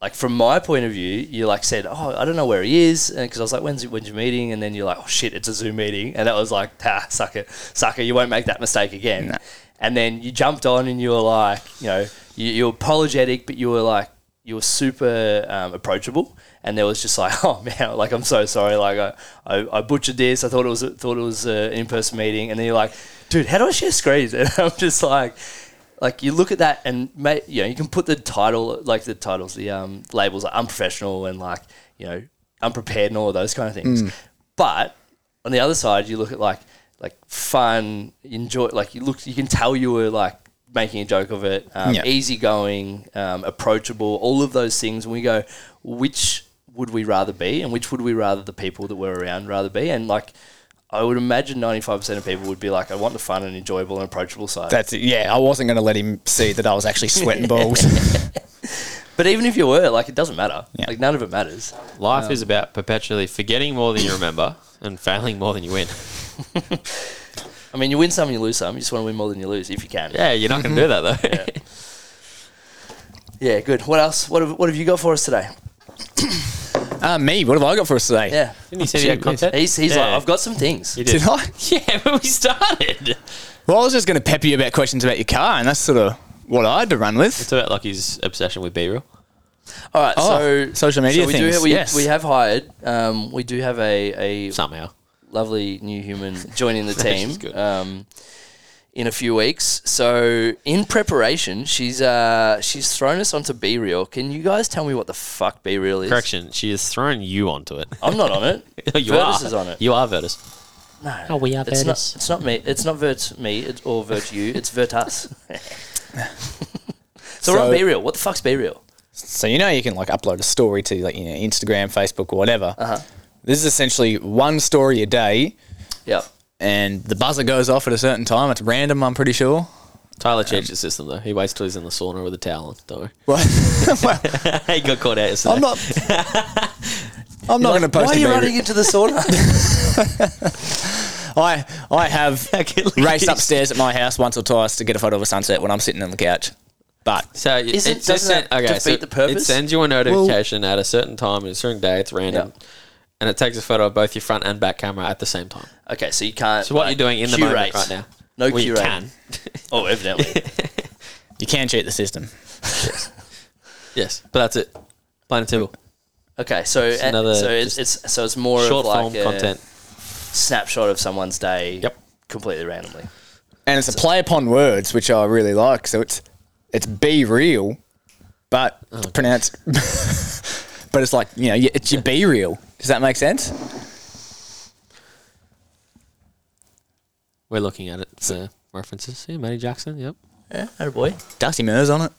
Speaker 1: like from my point of view, you like said, "Oh, I don't know where he is," because I was like, "When's when's your meeting?" And then you're like, "Oh shit, it's a Zoom meeting," and that was like, "Ah, suck it, sucker, you won't make that mistake again." And then you jumped on, and you were like, you know, you, you were apologetic, but you were like, you were super um, approachable. And there was just like, oh man, like I'm so sorry, like I, I, I butchered this. I thought it was thought it was an in person meeting, and then you're like, dude, how do I share screens? And I'm just like, like you look at that and mate, you know you can put the title like the titles the um, labels like unprofessional and like you know unprepared and all of those kind of things but on the other side you look at like like fun enjoy like you look you can tell you were like making a joke of it um,
Speaker 3: Yeah.
Speaker 1: easygoing um, approachable all of those things and we go which would we rather be and which would we rather the people that were around rather be and like I would imagine 95% of people would be like, I want the fun and enjoyable and approachable side.
Speaker 3: That's it. Yeah, I wasn't going to let him see that I was actually sweating balls.
Speaker 1: But even if you were, like, it doesn't matter.
Speaker 3: Yeah.
Speaker 1: Like, none of it matters.
Speaker 2: Life is about perpetually forgetting more than you remember and failing more than you win.
Speaker 1: I mean, you win some, you lose some. You just want to win more than you lose if you can.
Speaker 2: Yeah, you're not going to do that though.
Speaker 1: Yeah, good. What else? What have, what have you got for us today?
Speaker 3: uh, me, what have I got for us today?
Speaker 1: Yeah.
Speaker 2: Didn't you say you had content?
Speaker 1: He's, he's
Speaker 2: Yeah.
Speaker 1: like, I've got some things.
Speaker 2: You did.
Speaker 3: Did I?
Speaker 2: Yeah, when we started.
Speaker 3: Well, I was just going to pep you about questions about your car, and that's sort of what I had to run with.
Speaker 2: It's about like his obsession with B-Real.
Speaker 1: All right.
Speaker 3: Oh,
Speaker 1: so,
Speaker 3: social media
Speaker 1: so we
Speaker 3: things,
Speaker 1: Do, we,
Speaker 3: yes.
Speaker 1: we have hired, um, we do have a, a
Speaker 2: Somehow.
Speaker 1: lovely new human joining the team
Speaker 2: She's good.
Speaker 1: um, in a few weeks. So, in preparation, she's uh, she's thrown us onto B Real. Can you guys tell me what the fuck B Real is?
Speaker 2: Correction, she has thrown you onto it.
Speaker 1: I'm not on it.
Speaker 2: you
Speaker 1: Vertus
Speaker 2: are.
Speaker 1: is on it.
Speaker 2: You are Vertus.
Speaker 1: No. Oh, we are it's Not, it's not me. It's not vert me it's, or vert you. It's vert us. so, we're on
Speaker 3: So-
Speaker 1: Be Real. What the fuck's Be Real?
Speaker 3: so you know you can like upload a story to like you know Instagram, Facebook, or whatever.
Speaker 1: Uh-huh.
Speaker 3: This is essentially one story a day,
Speaker 1: Yep.
Speaker 3: and the buzzer goes off at a certain time. It's random, I'm pretty sure.
Speaker 2: Tyler changed his system though. He waits till he's in the sauna with a towel on. Don't worry.
Speaker 3: Well,
Speaker 2: he got caught out yesterday.
Speaker 3: I'm not. I'm not going to post.
Speaker 1: Why are
Speaker 3: a
Speaker 1: you
Speaker 3: memory-
Speaker 1: running into the sauna?
Speaker 3: I I have
Speaker 2: Okay, look at
Speaker 3: raced
Speaker 2: you.
Speaker 3: upstairs at my house once or twice to get a photo of a sunset when I'm sitting on the couch. But
Speaker 2: So it,
Speaker 1: Isn't-
Speaker 2: it just
Speaker 1: doesn't
Speaker 2: sent,
Speaker 1: that
Speaker 2: okay, so
Speaker 1: defeat the purpose?
Speaker 2: It sends you a notification at a certain time, it's during day, it's random, and it takes a photo of both your front and back camera at the same time.
Speaker 1: okay, so you can't.
Speaker 2: So what
Speaker 1: like,
Speaker 2: you're doing in the
Speaker 1: curate.
Speaker 2: moment right now?
Speaker 1: No
Speaker 2: well, you
Speaker 1: curate.
Speaker 2: can.
Speaker 1: Oh, evidently.
Speaker 3: you can cheat the system.
Speaker 2: Yes, but that's it. Plain and simple.
Speaker 1: okay, so and-
Speaker 2: another
Speaker 1: so it's,
Speaker 2: just
Speaker 1: it's so it's more
Speaker 2: Short
Speaker 1: of like
Speaker 2: form
Speaker 1: a
Speaker 2: content.
Speaker 1: snapshot of someone's day.
Speaker 2: Yep.
Speaker 1: Completely randomly.
Speaker 3: and it's a play upon words, which I really like. So it's it's be real, but
Speaker 2: Oh,
Speaker 3: it's pronounced. but it's like you know, y- it's your be real. Does that make sense?
Speaker 2: We're looking at it. The references. Yeah, Matty Jackson. Yep.
Speaker 1: Yeah. Oh boy.
Speaker 3: Dusty Murs on it.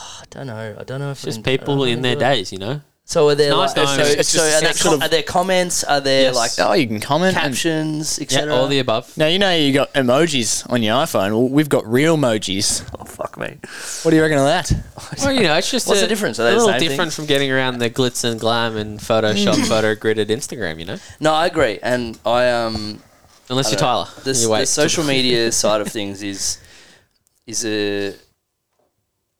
Speaker 1: I don't know. I don't know if
Speaker 2: Just
Speaker 1: I can- I don't
Speaker 2: people
Speaker 1: know
Speaker 2: in
Speaker 1: if
Speaker 2: their
Speaker 1: I-
Speaker 2: days, you know.
Speaker 1: So are there
Speaker 2: nice
Speaker 1: like,
Speaker 2: knowing
Speaker 1: so,
Speaker 3: just
Speaker 2: it's
Speaker 1: so are, there
Speaker 3: sort
Speaker 1: com-
Speaker 3: of-
Speaker 1: are there comments? Are there
Speaker 2: Yes.
Speaker 1: like
Speaker 3: Oh, you can comment. and-
Speaker 1: captions,
Speaker 2: Yeah,
Speaker 1: etc.
Speaker 2: all the above.
Speaker 3: now you know you got emojis on your iPhone. Well, we've got real emojis.
Speaker 1: oh fuck me.
Speaker 3: What do you reckon of that?
Speaker 2: Well, you know, it's just
Speaker 1: What's
Speaker 2: a,
Speaker 1: the difference? Are
Speaker 2: A
Speaker 1: they the
Speaker 2: little
Speaker 1: same
Speaker 2: different
Speaker 1: things?
Speaker 2: from getting around the glitz and glam and Photoshop photo gridded Instagram, you know.
Speaker 1: No, I agree, and I um
Speaker 2: Unless you're Tyler,
Speaker 1: this
Speaker 2: you wait
Speaker 1: the
Speaker 2: till-
Speaker 1: social media side of things is is a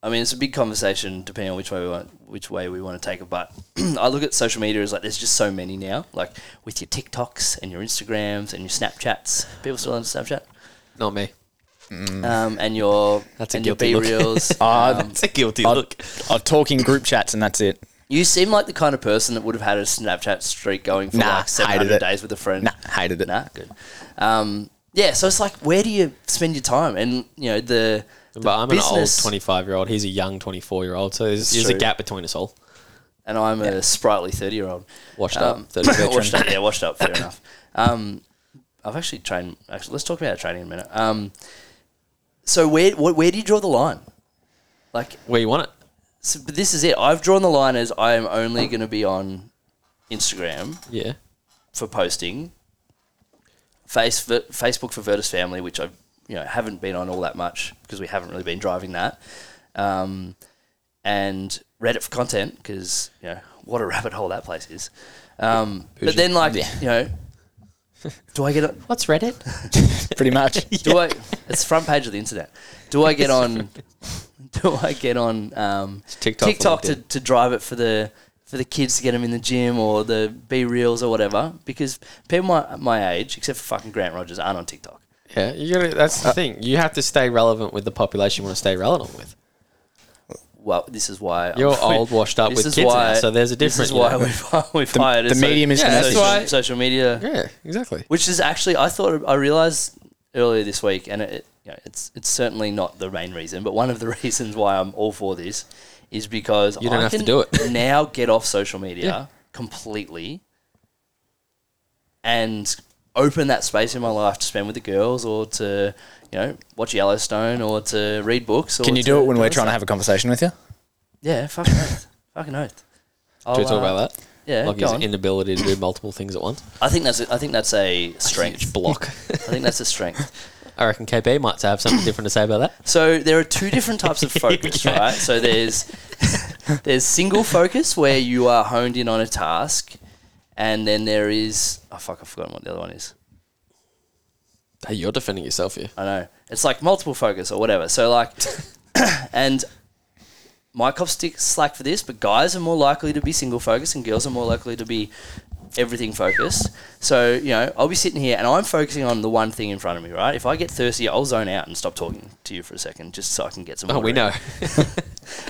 Speaker 1: I mean it's a big conversation depending on which way we want which way we want to take it but I look at social media as like there's just so many now like with your TikToks and your Instagrams and your Snapchats people still on Snapchat
Speaker 2: Not me.
Speaker 1: um, and your
Speaker 2: Mm. That's a
Speaker 1: and your
Speaker 2: guilty
Speaker 1: B
Speaker 2: look. Oh.
Speaker 1: reels um,
Speaker 2: It's a guilty
Speaker 3: I,
Speaker 2: look.
Speaker 3: I Uh, talk in group chats and that's it.
Speaker 1: you seem like the kind of person that would have had a Snapchat streak going for
Speaker 3: Nah,
Speaker 1: like
Speaker 3: hated
Speaker 1: 700
Speaker 3: it.
Speaker 1: days with a friend
Speaker 3: Nah, hated it.
Speaker 1: Nah, good. Um, yeah, so it's like, where do you spend your time? And you know, the, the
Speaker 2: But I'm
Speaker 1: business,
Speaker 2: an old 25 year old. He's a young 24 year old. So there's, there's a
Speaker 1: true.
Speaker 2: gap between us all.
Speaker 1: and I'm a sprightly thirty year old.
Speaker 2: Washed
Speaker 1: Um,
Speaker 2: up. 30 veteran.
Speaker 1: washed up, yeah, washed up. Fair enough. Um, I've actually trained. Actually, let's talk about training in a minute. Um, so where wh- where do you draw the line? Like,
Speaker 2: Where you want it?
Speaker 1: so, but this is it. I've drawn the line as I am only going to be on Instagram
Speaker 2: Yeah.
Speaker 1: for posting, face Facebook for Virtus Family, which I you know haven't been on all that much because we haven't really been driving that, um, and Reddit for content because you know what a rabbit hole that place is. Um, but then like you know, do I get on?
Speaker 2: What's Reddit?
Speaker 3: Pretty much.
Speaker 1: Do I? It's front page of the internet. Do I get on? Do I get on um,
Speaker 2: TikTok for
Speaker 1: to,
Speaker 2: LinkedIn.
Speaker 1: to drive it for the for the kids to get them in the gym or the B reels or whatever? Because people my my age, except for fucking Grant Rogers, aren't on TikTok.
Speaker 2: Yeah. You gotta, that's the thing. You have to stay relevant with the population you want to stay relevant with.
Speaker 1: Well, this is why I'm-
Speaker 2: You're old, washed up
Speaker 1: This
Speaker 2: with
Speaker 1: is
Speaker 2: kids
Speaker 1: why-
Speaker 2: now. So there's a
Speaker 1: This
Speaker 2: difference.
Speaker 1: is why we've, we've hired a
Speaker 3: the
Speaker 1: so-
Speaker 3: medium is
Speaker 2: Yeah, that's
Speaker 1: social,
Speaker 3: connection.
Speaker 2: why-
Speaker 1: social media,
Speaker 2: Yeah, exactly.
Speaker 1: which is actually I thought I realized earlier this week, and it, you know, it's it's certainly not the main reason, but one of the reasons why I'm all for this is because
Speaker 2: You don't
Speaker 1: I
Speaker 2: have to
Speaker 1: can
Speaker 2: do it.
Speaker 1: now. Get off social media
Speaker 2: Yeah.
Speaker 1: completely, and open that space in my life to spend with the girls, or to you know watch Yellowstone, or to read books. Or
Speaker 3: Can you do it when we're trying to have a conversation with you?
Speaker 1: Yeah, fucking oath, fucking oath. I'll,
Speaker 2: Do we
Speaker 1: uh,
Speaker 2: talk about that?
Speaker 1: Yeah,
Speaker 2: Like
Speaker 1: go
Speaker 2: his
Speaker 1: on.
Speaker 2: inability to do multiple things at once.
Speaker 1: I think that's a, I think that's a
Speaker 2: Huge
Speaker 1: strength.
Speaker 2: block.
Speaker 1: I think that's a strength.
Speaker 2: I reckon KB might have something different to say about that.
Speaker 1: So there are two different types of focus,
Speaker 2: Okay.
Speaker 1: right? So there's there's single focus where you are honed in on a task, and then there is oh fuck, I've forgotten what the other one is.
Speaker 2: Hey, you're defending yourself here.
Speaker 1: I know it's like multiple focus or whatever. So like, and my cops stick slack for this, but guys are more likely to be single focused, and girls are more likely to be everything focused. So you know, I'll be sitting here and I'm focusing on the one thing in front of me, right? If I get thirsty, I'll zone out and stop talking to you for a second, just so I can get some.
Speaker 2: Oh,
Speaker 1: water
Speaker 2: we
Speaker 1: in.
Speaker 2: know.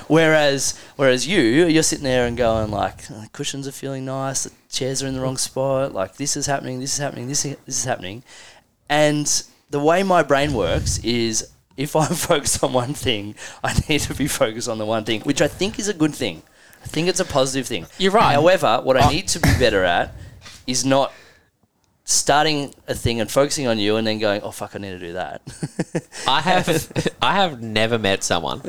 Speaker 1: Whereas, whereas you, you're sitting there and going like, "Oh, the cushions are feeling nice, the chairs are in the wrong spot, like this is happening, this is happening, this is, this is happening, and the way my brain works is if I'm focused on one thing, I need to be focused on the one thing, which I think is a good thing. I think it's a positive thing.
Speaker 2: You're right. Oh.
Speaker 1: However, what I need to be better at is not starting a thing and focusing on you and then going, oh fuck, I need to do that.
Speaker 2: I have I have never met someone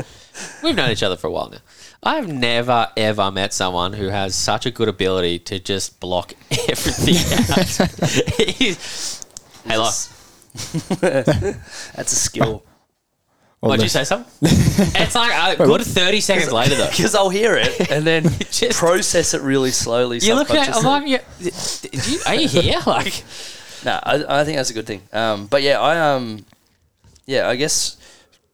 Speaker 2: We've known each other for a while now. I've never ever met someone who has such a good ability to just block everything out. He's- hey, look,
Speaker 1: That's a skill.
Speaker 3: Well,
Speaker 2: why'd you
Speaker 3: the-
Speaker 2: say something? it's like a good thirty seconds later though.
Speaker 1: Because I'll hear it and then
Speaker 2: Just-
Speaker 1: process it really slowly.
Speaker 2: You look at, I'm
Speaker 1: subconsciously.
Speaker 2: like, yeah, did you, are you here? Like,
Speaker 1: No, I, I think that's a good thing. Um, but yeah, I um, yeah, I guess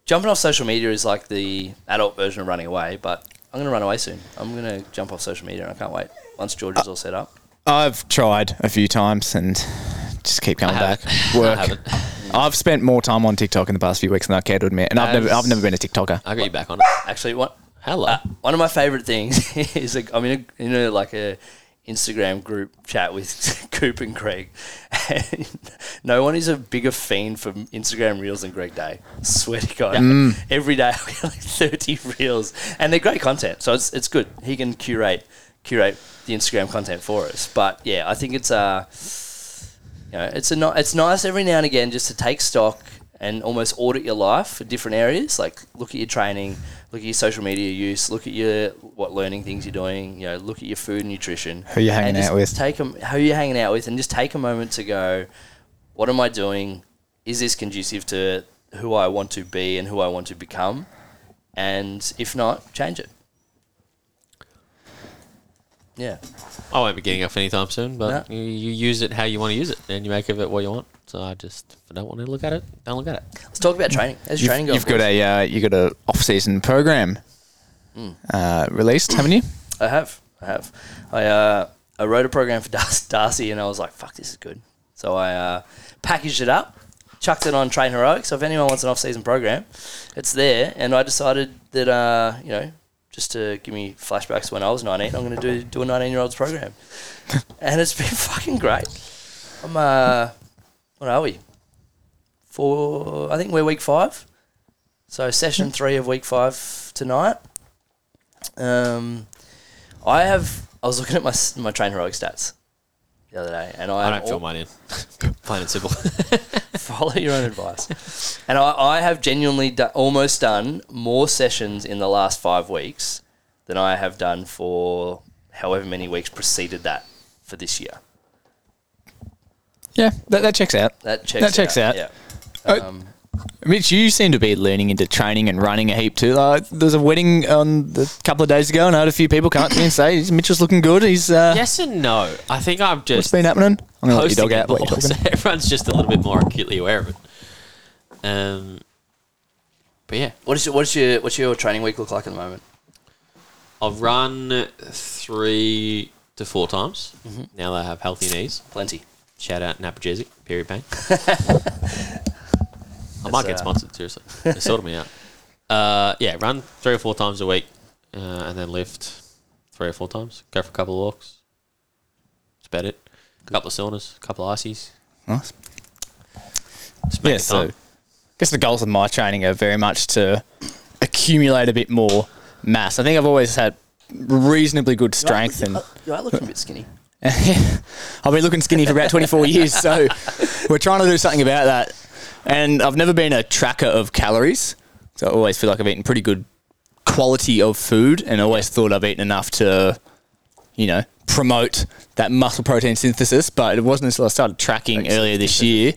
Speaker 1: jumping off social media is like the adult version of running away. But I'm gonna run away soon. I'm gonna jump off social media, and I can't wait. Once George is all set up,
Speaker 3: I've tried a few times and just keep coming back. Work.
Speaker 2: I haven't.
Speaker 3: I've spent more time on TikTok in the past few weeks than I care to admit, and I've
Speaker 2: As-
Speaker 3: never, I've never been a TikToker.
Speaker 2: I got you back on it.
Speaker 1: actually, one
Speaker 2: Hello.
Speaker 1: one of my favorite things is like I'm in a, in a like a Instagram group chat with Coop and Craig, and no one is a bigger fiend for Instagram reels than Greg Day. Swear to God, every day I get like thirty reels, and they're great content, so it's it's good. He can curate curate the Instagram content for us, but yeah, I think it's uh you know, it's a ni- it's nice every now and again just to take stock and almost audit your life for different areas. Like look at your training, look at your social media use, look at your what learning things you're doing. You know, look at your food and nutrition.
Speaker 3: Who you hanging
Speaker 1: and just
Speaker 3: out with.
Speaker 1: Take 'em- who you hanging out with, and just take a moment to go, what am I doing? Is this conducive to who I want to be and who I want to become? And if not, change it. Yeah.
Speaker 2: I won't be getting off anytime soon, but
Speaker 1: No.
Speaker 2: you, you use it how you want to use it, and you make of it what you want. So I just if I don't want to look at it. Don't look at it.
Speaker 1: Let's talk about training. How's your
Speaker 3: You've,
Speaker 1: training going?
Speaker 3: you've got a uh, you got a off season program
Speaker 2: Hmm.
Speaker 3: uh, released, haven't you?
Speaker 1: I have. I have. I uh, I wrote a program for Dar- Darcy, and I was like, "Fuck, this is good." So I uh, packaged it up, chucked it on Train Heroic. So if anyone wants an off-season program, it's there. And I decided that uh, you know, just to give me flashbacks when I was nineteen, I'm going to do do a nineteen-year-old's program, and it's been fucking great. I'm uh, what are we? Four. I think we're week five. So session three of week five tonight. Um, I have. I was looking at my s- my train heroic stats the other day, and I,
Speaker 2: I
Speaker 1: am
Speaker 2: don't
Speaker 1: all-
Speaker 2: fill mine in. Plain and simple.
Speaker 1: follow your own advice. And I, I have genuinely do, almost done more sessions in the last five weeks than I have done for however many weeks preceded that for this year.
Speaker 3: Yeah, that, that checks out.
Speaker 1: That checks.
Speaker 3: That checks out.
Speaker 1: Yeah.
Speaker 3: Uh, Mitch, you seem to be leaning into training and running a heap too. Like, there was a wedding on the couple of days ago, and I had a few people come up to me and say, "Mitchell's looking good. He's uh,
Speaker 2: yes and no. I think I'm
Speaker 3: what's
Speaker 2: just
Speaker 3: been happening?" I'm gonna let your
Speaker 2: posting
Speaker 3: dog
Speaker 2: it
Speaker 3: out. What you
Speaker 2: more,
Speaker 3: talking
Speaker 2: so
Speaker 3: about?
Speaker 2: everyone's just a little bit more acutely aware of it. Um, but yeah,
Speaker 1: What is your what's your what's your training week look like at the moment?
Speaker 2: I'll run three to four times
Speaker 3: Mm-hmm.
Speaker 2: now that I have healthy knees.
Speaker 1: Plenty.
Speaker 2: Shout out Napogesic, period pain. I might get
Speaker 1: uh,
Speaker 2: sponsored, seriously. They sorted me out. Uh, yeah, run three or four times a week uh, and then lift three or four times. Go for a couple of walks. That's about it. A couple of saunas, a couple of ices.
Speaker 3: Nice.
Speaker 2: Just make
Speaker 3: Yeah,
Speaker 2: it
Speaker 3: so I
Speaker 2: time.
Speaker 3: guess the goals of my training are very much to accumulate a bit more mass. I think I've always had reasonably good strength, and
Speaker 1: Oh, You are looking a bit skinny.
Speaker 3: I've been looking skinny for about 24 years, so we're trying to do something about that. And I've never been a tracker of calories, so I always feel like I've eaten pretty good quality of food, and I always thought I've eaten enough to, you know, promote that muscle protein synthesis. But it wasn't until I started tracking earlier this year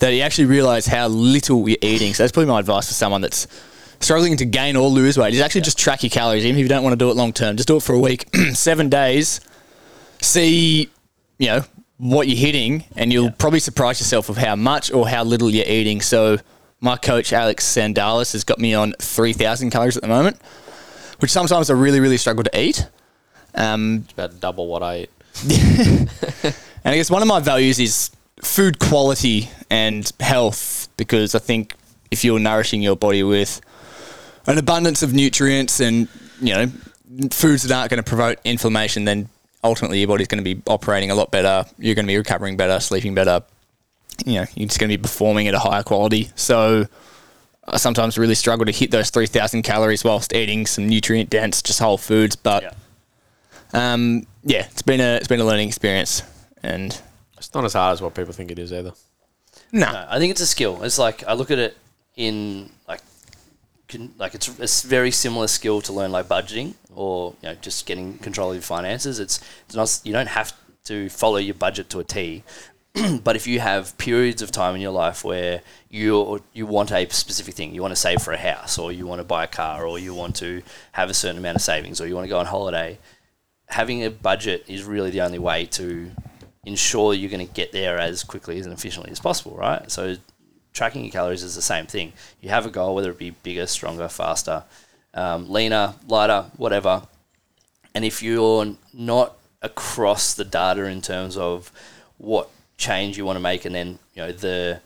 Speaker 3: that you actually realize how little you're eating. So that's probably my advice for someone that's struggling to gain or lose weight is actually just track your calories, even if you don't want to do it long term. Just do it for a week, seven days, see, you know, what you're hitting, and you'll probably surprise yourself of how much or how little you're eating. So my coach Alex Sandalis has got me on 3,000 calories at the moment, which sometimes I really, really struggle to eat. Um,
Speaker 2: It's about double what I eat.
Speaker 3: and I guess one of my values is food quality and health because I think if you're nourishing your body with an abundance of nutrients and you know foods that aren't going to promote inflammation, then ultimately your body's going to be operating a lot better. You're going to be recovering better, sleeping better. You know, you're just going to be performing at a higher quality. So I sometimes really struggle to hit those 3,000 calories whilst eating some nutrient dense, just whole foods, but
Speaker 1: Yeah.
Speaker 3: um, yeah, it's been a it's been a learning experience, and
Speaker 2: It's not as hard as what people think it is either.
Speaker 3: no,
Speaker 1: No, I think it's a skill. It's like I look at it in like can, like it's a s- very similar skill to learn like budgeting or you know just getting control of your finances. It's it's not s- you don't have to follow your budget to a T, but if you have periods of time in your life where you you want a specific thing, you want to save for a house, or you want to buy a car, or you want to have a certain amount of savings, or you want to go on holiday, having a budget is really the only way to ensure you're going to get there as quickly and efficiently as possible, right? So tracking your calories is the same thing. You have a goal, whether it be bigger, stronger, faster, um, leaner, lighter, whatever. And if you're not across the data in terms of what change you want to make, and then you know the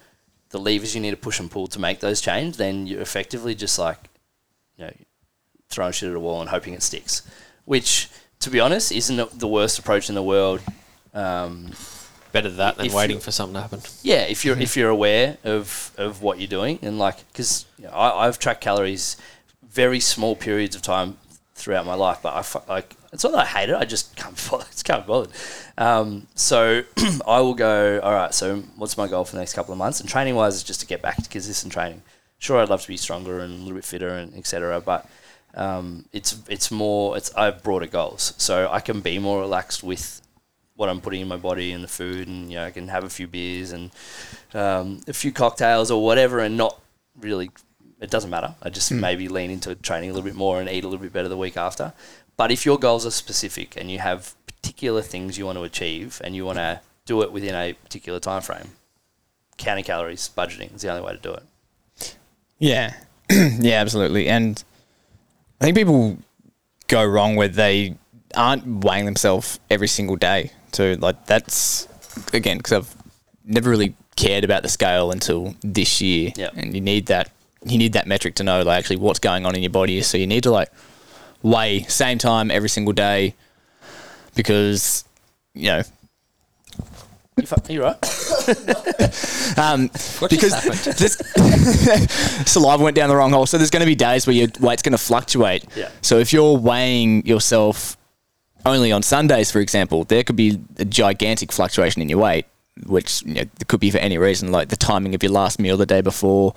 Speaker 1: the levers you need to push and pull to make those change, then you're effectively just like you know throwing shit at a wall and hoping it sticks, which to be honest isn't the worst approach in the world. Um,
Speaker 2: Better that than
Speaker 1: If
Speaker 2: waiting
Speaker 1: you-
Speaker 2: for something to happen.
Speaker 1: yeah, if you're if you're aware of of what you're doing and like, because I I've tracked calories very small periods of time throughout my life, but I fu- like it's not that I hate it. I just can't be bothered. Just can't be bothered. Um, so I will go. All right. So what's my goal for the next couple of months? And training wise is just to get back to consistent training. Sure, I'd love to be stronger and a little bit fitter and etc. But um, it's it's more. It's I've broader goals, so I can be more relaxed with what I'm putting in my body and the food, and you know, I can have a few beers and um, a few cocktails or whatever, and not really. It doesn't matter. I just
Speaker 3: Hmm.
Speaker 1: maybe lean into training a little bit more and eat a little bit better the week after. But if your goals are specific and you have particular things you want to achieve and you want to do it within a particular time frame, counting calories, budgeting is the only way to do it.
Speaker 3: Yeah. yeah, absolutely. And I think people go wrong where they aren't weighing themselves every single day. So, like, that's again, because I've never really cared about the scale until this year.
Speaker 1: Yeah.
Speaker 3: And you need that, you need that metric to know, like, actually what's going on in your body. So, you need to, like, weigh same time every single day because, you know,
Speaker 1: You fu- Are you right?
Speaker 3: um,
Speaker 2: What
Speaker 3: because this saliva went down the wrong hole. So there's going to be days where your weight's going to fluctuate.
Speaker 1: Yeah.
Speaker 3: So if you're weighing yourself only on Sundays, for example, there could be a gigantic fluctuation in your weight, which you know, it could be for any reason, like the timing of your last meal the day before,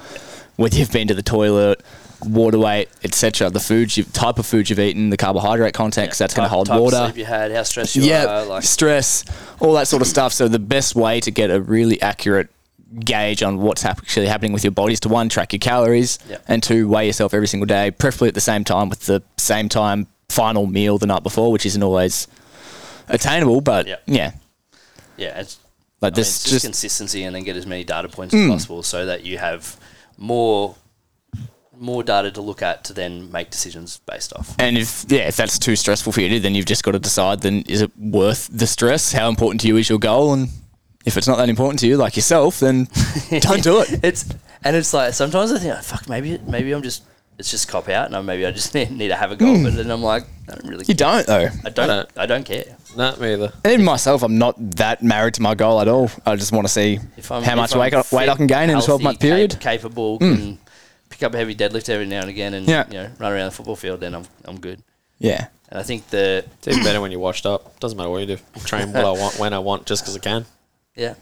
Speaker 3: whether you've been to the toilet, water weight, etc. The foods, you type of food you've eaten, the carbohydrate content, 'cause that's going to
Speaker 1: Type-
Speaker 3: hold
Speaker 1: type of
Speaker 3: water
Speaker 1: sleep you had, how stressed you
Speaker 3: yeah,
Speaker 1: are, like
Speaker 3: stress, all that sort of stuff. So the best way to get a really accurate gauge on what's hap- actually happening with your body is to one track your calories
Speaker 1: Yeah.
Speaker 3: and two weigh yourself every single day, preferably at the same time with the same time final meal the night before, which isn't always attainable. But
Speaker 1: Yeah.
Speaker 3: yeah,
Speaker 1: yeah, it's I
Speaker 3: like
Speaker 1: mean,
Speaker 3: this
Speaker 1: it's just,
Speaker 3: just, Hmm.
Speaker 1: consistency and then get as many data points as possible so that you have more more data to look at to then make decisions based off.
Speaker 3: and if yeah, if that's too stressful for you, then you've just got to decide. Then is it worth the stress? How important to you is your goal? And if it's not that important to you, like yourself, then don't do it.
Speaker 1: It's and it's like sometimes I think oh, fuck maybe maybe I'm just it's just cop out and I, maybe I just need, need to have a goal but then I'm like I don't really
Speaker 3: Hmm. You don't though.
Speaker 1: I don't I
Speaker 2: I don't.
Speaker 1: don't, care.
Speaker 2: Not me either.
Speaker 3: And even myself, I'm not that married to my goal at all. I just want to see
Speaker 1: If I'm
Speaker 3: how
Speaker 1: if
Speaker 3: much
Speaker 1: I'm
Speaker 3: weight, I, weight I
Speaker 1: fit,
Speaker 3: can gain in a
Speaker 1: healthy,
Speaker 3: 12 month
Speaker 1: cap-
Speaker 3: period. Hmm.
Speaker 1: capable can pick up a heavy deadlift every now and again and
Speaker 3: Yeah.
Speaker 1: you know run around the football field then I'm I'm good.
Speaker 3: Yeah.
Speaker 1: And I think the
Speaker 2: It's even better when you're washed up. Doesn't matter what you do. Train what I want, when I want, just because I can.
Speaker 1: yeah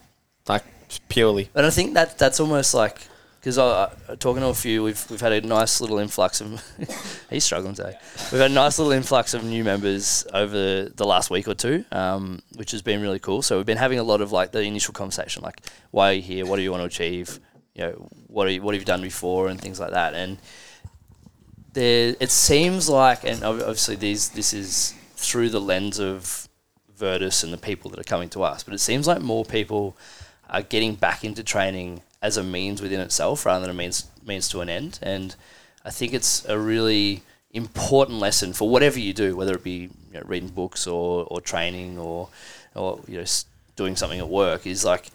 Speaker 2: Like it's purely.
Speaker 1: And I think that that's almost like because I, I talking to a few, we've we've had a nice little influx of. he's struggling today. We've had a nice little influx of new members over the last week or two, um, which has been really cool. So we've been having a lot of like the initial conversation, like why are you here, what do you want to achieve, you know, what are you, what have you done before, and things like that. And there, it seems like, and ob- obviously these this is through the lens of Vertus and the people that are coming to us, but it seems like more people are getting back into training as a means within itself rather than a means means to an end. And I think it's a really important lesson for whatever you do, whether it be you know, reading books or, or training or or you know s- doing something at work, is like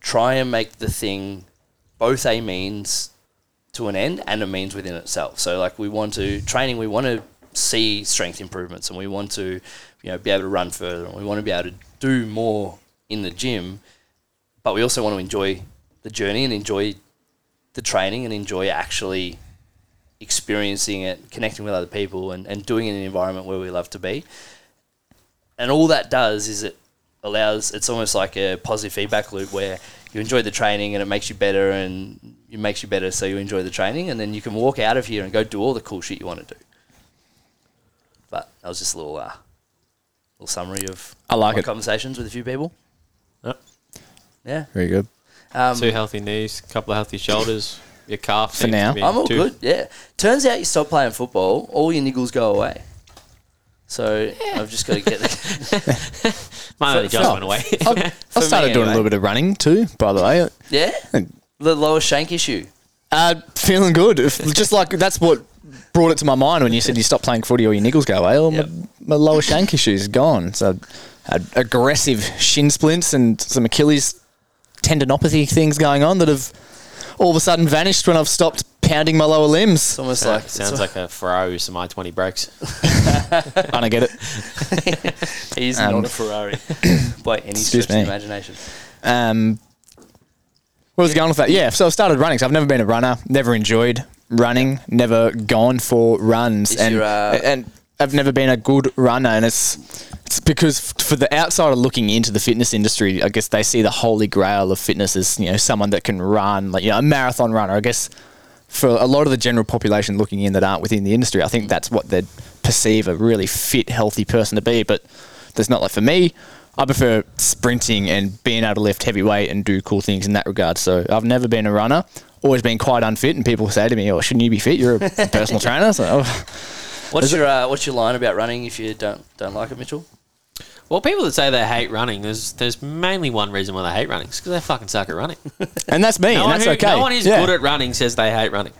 Speaker 1: try and make the thing both a means to an end and a means within itself. So like we want to training, we want to see strength improvements and we want to, you know, be able to run further and we want to be able to do more in the gym, but we also want to enjoy the journey and enjoy the training and enjoy actually experiencing it, connecting with other people and, and doing it in an environment where we love to be. And all that does is it allows it's almost like a positive feedback loop where you enjoy the training and it makes you better and you it makes you better, so you enjoy the training, and then you can walk out of here and go do all the cool shit you want to do. But that was just a little, uh, little summary of
Speaker 3: I like
Speaker 1: my
Speaker 3: it.
Speaker 1: conversations with a few people.
Speaker 2: Yep.
Speaker 1: Yeah,
Speaker 3: Very good.
Speaker 1: um,
Speaker 2: Two healthy knees, a couple of healthy shoulders, your calf.
Speaker 3: For
Speaker 2: seems to
Speaker 3: now.
Speaker 2: be
Speaker 1: I'm all
Speaker 2: too-
Speaker 1: good. Yeah. Turns out you stop playing football, all your niggles go away. So I've just got to get the
Speaker 2: Mine only just went away.
Speaker 3: I, I started
Speaker 1: me anyway.
Speaker 3: doing a little bit of running too, by the way.
Speaker 1: yeah, the lower shank issue.
Speaker 3: Uh, feeling good. If- Just like that's what brought it to my mind when you said you stopped playing footy or your niggles go away. Well,
Speaker 1: Yep.
Speaker 3: my, my lower shank issue is gone. So I had aggressive shin splints and some Achilles tendinopathy things going on that have all of a sudden vanished when I've stopped pounding my lower limbs.
Speaker 1: It's almost
Speaker 2: Sounds-
Speaker 1: like it's
Speaker 2: sounds like a Ferrari with some I-20 brakes.
Speaker 3: I don't get it.
Speaker 1: he's
Speaker 3: um,
Speaker 1: not a Ferrari by any stretch
Speaker 3: Excuse
Speaker 1: of the
Speaker 3: me.
Speaker 1: imagination.
Speaker 3: Um, where was it going with that? Yeah, so I started running. So I've never been a runner, never enjoyed running, never gone for runs,
Speaker 1: Is
Speaker 3: and
Speaker 1: your, uh,
Speaker 3: and I've never been a good runner. And it's it's because f- for the outsider looking into the fitness industry, I guess they see the holy grail of fitness as you know someone that can run, like you know, a marathon runner. I guess for a lot of the general population looking in that aren't within the industry, I think that's what they'd perceive a really fit, healthy person to be. But there's not like for me, I prefer sprinting and being able to lift heavy weight and do cool things in that regard. So I've never been a runner, always been quite unfit, and people say to me, "Oh, shouldn't you be fit? You're a personal trainer." So oh,
Speaker 1: What's your uh, what's your line about running if you don't don't like it, Mitchell?
Speaker 2: Well, people that say they hate running, there's there's mainly one reason why they hate running. It's because they fucking suck at running.
Speaker 3: and that's me, and
Speaker 2: No one,
Speaker 3: that's
Speaker 2: who-
Speaker 3: okay.
Speaker 2: no one who's
Speaker 3: Yeah.
Speaker 2: good at running says they hate running.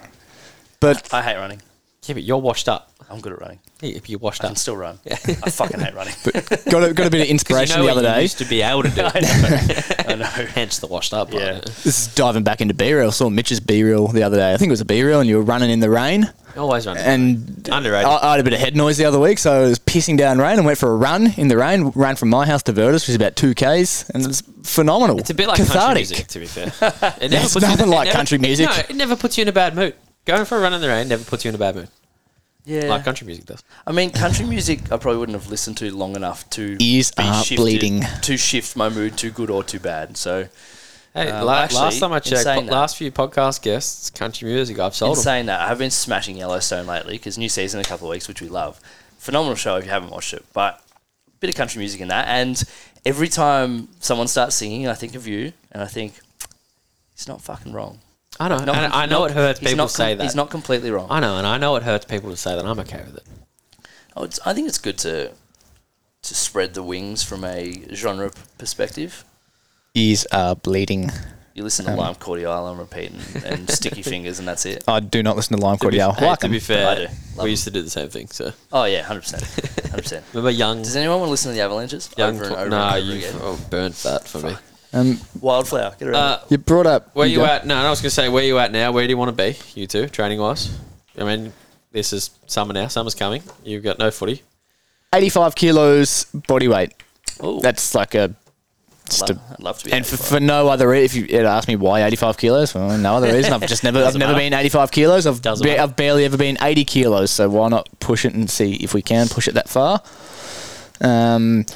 Speaker 3: but
Speaker 1: I hate running.
Speaker 2: Yeah, but you're washed up.
Speaker 1: I'm good at running.
Speaker 2: Yeah, If you're washed
Speaker 1: I
Speaker 2: up,
Speaker 1: can still run. I fucking hate running.
Speaker 3: got a, got a bit of
Speaker 2: 'Cause
Speaker 3: inspiration
Speaker 2: you know
Speaker 3: the
Speaker 2: what
Speaker 3: other
Speaker 2: you
Speaker 3: day.
Speaker 2: used to be able to do it.
Speaker 1: I know.
Speaker 2: Hence the washed up. part
Speaker 1: Yeah.
Speaker 2: of it.
Speaker 3: This is diving back into B reel. Saw Mitch's B reel the other day. I think it was a B reel, and you were running in the rain.
Speaker 2: Always running.
Speaker 3: And
Speaker 2: Underrated.
Speaker 3: I, I had a bit of head noise the other week, so it was pissing down rain and went for a run in the rain. Ran from my house to Vertus, which is about two k's, and it's phenomenal.
Speaker 2: It's a bit like country music, to be fair. It never
Speaker 3: It's nothing
Speaker 2: it
Speaker 3: like country music.
Speaker 2: No, it never puts you in a bad mood. Going for a run in the rain never puts you in a bad mood,
Speaker 1: Yeah.
Speaker 2: like country music does.
Speaker 1: I mean, country music I probably wouldn't have listened to long enough to
Speaker 3: Ears are bleeding.
Speaker 1: to shift my mood to good or to bad. So
Speaker 2: Hey,
Speaker 1: Uh,
Speaker 2: la-
Speaker 1: well,
Speaker 2: last,
Speaker 1: actually,
Speaker 2: time I
Speaker 1: in
Speaker 2: checked,
Speaker 1: saying
Speaker 2: po-
Speaker 1: that-
Speaker 2: last few podcast guests, country music, I've sold
Speaker 1: in
Speaker 2: them.
Speaker 1: saying that, I've been smashing Yellowstone lately because new season in a couple of weeks, which we love. Phenomenal show if you haven't watched it, but a bit of country music in that. And every time someone starts singing, I think of you and I think he's not fucking wrong.
Speaker 2: I know.
Speaker 1: Not-
Speaker 2: and I know
Speaker 1: not-
Speaker 2: it hurts
Speaker 1: he's
Speaker 2: people
Speaker 1: not com-
Speaker 2: say that.
Speaker 1: he's not completely wrong.
Speaker 2: I know, and I know it hurts people to say that. I'm okay with it.
Speaker 1: Oh, it's, I think it's good to to spread the wings from a genre p- perspective.
Speaker 3: Ears are uh, bleeding.
Speaker 1: You listen
Speaker 2: Um,
Speaker 1: to Lime Cordial on repeat and, and Sticky Fingers, and that's it.
Speaker 3: I do not listen to Lime Cordial.
Speaker 2: Hey,
Speaker 3: Like
Speaker 2: to
Speaker 3: 'em.
Speaker 2: be fair,
Speaker 1: I do. Love
Speaker 2: we
Speaker 1: 'em.
Speaker 2: used to do the same thing. So
Speaker 1: Oh yeah, hundred percent, hundred percent.
Speaker 2: remember, young,
Speaker 1: Does anyone want to listen to the Avalanches
Speaker 2: young,
Speaker 1: over
Speaker 2: Cl-
Speaker 1: and over
Speaker 2: nah,
Speaker 1: and over
Speaker 2: you
Speaker 1: again?
Speaker 2: oh, burnt that for me.
Speaker 3: Um,
Speaker 1: Wildflower, get around.
Speaker 2: Uh,
Speaker 3: you brought up
Speaker 2: where you
Speaker 3: go.
Speaker 2: at? No, no, I was gonna say where you at now. Where do you want to be? You two, training wise. I mean, this is summer now. Summer's coming. You've got no footy.
Speaker 3: 85 kilos body weight.
Speaker 1: Ooh.
Speaker 3: That's like a. Just
Speaker 1: I'd love,
Speaker 3: a
Speaker 1: I'd love to be.
Speaker 3: and for,
Speaker 1: eighty-five.
Speaker 3: for no other reason, if you had asked me why 85 kilos, well, no other reason. I've just never, I've never been 85 kilos. I've,
Speaker 2: Doesn't
Speaker 3: ba-
Speaker 2: matter.
Speaker 3: I've barely ever been 80 kilos. So why not push it and see if we can push it that far? Um,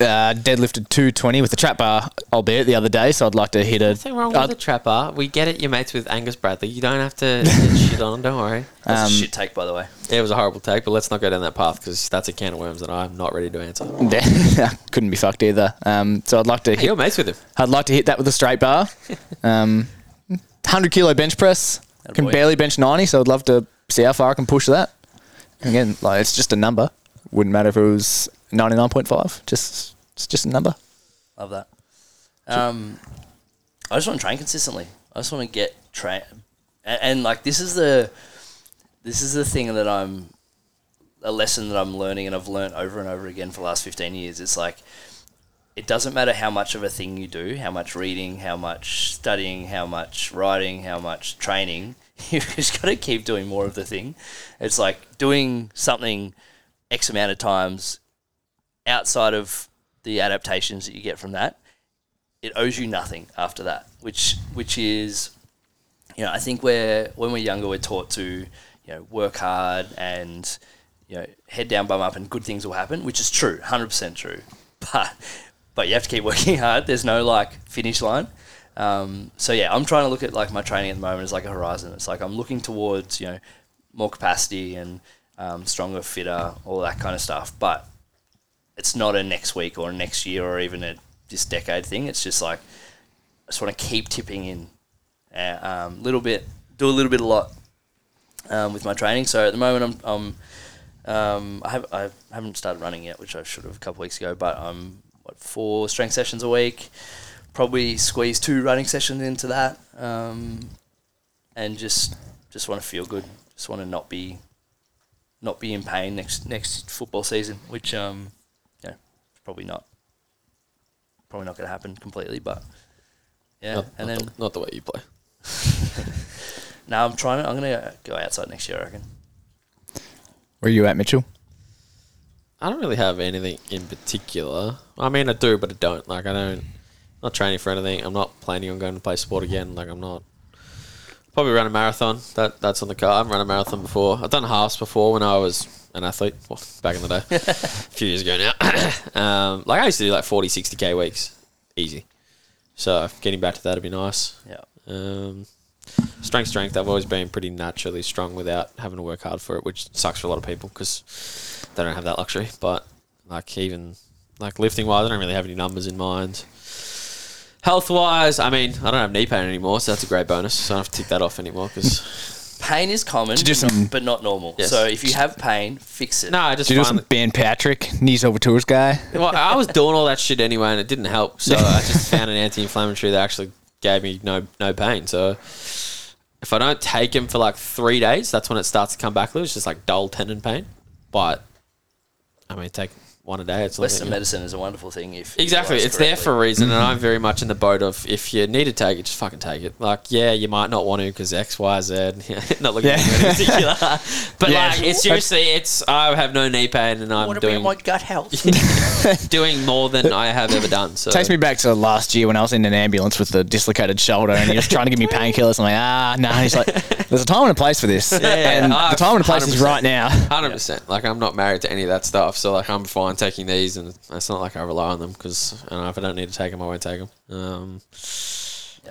Speaker 3: uh, deadlifted 220 with the trap bar, albeit the other day. So I'd like to hit a.
Speaker 2: Nothing wrong with
Speaker 3: uh,
Speaker 2: the trapper. We get it. You're mates with Angus Bradley. You don't have to get shit on. him, Don't worry.
Speaker 1: That's
Speaker 3: um,
Speaker 1: a shit take, by the way.
Speaker 2: Yeah, it was a horrible take, but let's not go down that path because that's a can of worms that I'm not ready to answer. Hey,
Speaker 3: couldn't be fucked either. Um, so I'd like to hit
Speaker 2: you're mates with him.
Speaker 3: I'd like to hit that with a straight bar. Um, 100 kilo bench press. Can
Speaker 1: boy.
Speaker 3: barely bench 90, so I'd love to see how far I can push that. And again, like it's just a number. Wouldn't matter if it was 99.5. Just it's just a number.
Speaker 1: Love that. Um, I just want to train consistently. I just want to get train, and, and like this is the this is the thing that I'm a lesson that I'm learning, and I've learned over and over again for the last fifteen years. It's like it doesn't matter how much of a thing you do, how much reading, how much studying, how much writing, how much training. You just got to keep doing more of the thing. It's like doing something x amount of times outside of the adaptations that you get from that, it owes you nothing after that. Which which is, you know, I think we're when we're younger, we're taught to, you know, work hard and you know head down, bum up, and good things will happen, which is true, hundred percent true. But but you have to keep working hard. There's no like finish line. Um, so yeah, I'm trying to look at like my training at the moment as like a horizon. It's like I'm looking towards you know more capacity and um, stronger, fitter, all that kind of stuff. But it's not a next week or next year or even a this decade thing. It's just like I just want to keep tipping in a um, little bit, do a little bit a lot um, with my training. So at the moment, I'm, I'm um, I, have, I haven't started running yet, which I should have a couple weeks ago, but I'm what, four strength sessions a week. Probably squeeze two running sessions into that, um, and just just want to feel good. Just want to not be not be in pain next next football season, which um, you know, probably not probably not going to happen completely, but yeah.
Speaker 2: Not,
Speaker 1: and
Speaker 2: not
Speaker 1: then
Speaker 2: the, not the way you play.
Speaker 1: now I'm trying to. I'm going to go outside next year. I reckon.
Speaker 3: Where are you at, Mitchell?
Speaker 2: I don't really have anything in particular. I mean, I do, but I don't. Like, I don't. I'm not training for anything. I'm not planning on going to play sport again. Like, I'm not. Probably run a marathon. That that's on the card. I haven't run a marathon before. I've done halves before when I was an athlete well, back in the day, a few years ago now. um, like I used to do like 40, 60 k weeks, easy. So getting back to that would be nice.
Speaker 1: Yeah.
Speaker 2: Um, strength, strength. I've always been pretty naturally strong without having to work hard for it, which sucks for a lot of people because they don't have that luxury. But like even like lifting wise, I don't really have any numbers in mind. Health wise, I mean, I don't have knee pain anymore, so that's a great bonus. So I don't have to tick that off anymore because
Speaker 1: Pain is common,
Speaker 3: do some-
Speaker 1: but not normal.
Speaker 2: Yes.
Speaker 1: So if you have pain, fix it.
Speaker 2: no, I just
Speaker 3: Did you do some
Speaker 2: finally,
Speaker 3: Ben Patrick, knees over tours guy?
Speaker 2: well, I was doing all that shit anyway, and it didn't help. So I just found an anti-inflammatory that actually gave me no no pain. So if I don't take them for like three days, that's when it starts to come back. a little. It's just like dull tendon pain, but I mean, take one a day. It's not
Speaker 1: Western
Speaker 2: that-
Speaker 1: medicine is a wonderful thing. If
Speaker 2: Exactly,
Speaker 1: utilized
Speaker 2: it's there for a
Speaker 1: correctly.
Speaker 2: reason, and I'm very much in the boat of if you need to take it, just fucking take it. Like, yeah, you might not want to because X, Y, Z. not looking at you in particular, but
Speaker 3: Yeah.
Speaker 2: like, it's seriously, it's I have no knee pain, and I'm
Speaker 1: What about
Speaker 2: um, doing
Speaker 1: my gut health?
Speaker 2: doing more than I have ever done. So
Speaker 3: Takes me back to last year when I was in an ambulance with a dislocated shoulder and he was trying to give me painkillers. I'm like, ah, no. He's like, there's a time and a place for this. and
Speaker 2: Ah,
Speaker 3: the time and a place is
Speaker 2: 100%.
Speaker 3: right now.
Speaker 2: Hundred percent. Like I'm not married to any of that stuff, so like I'm fine taking these, and it's not like I rely on them because I know if I don't need to take them, I won't take them. Um,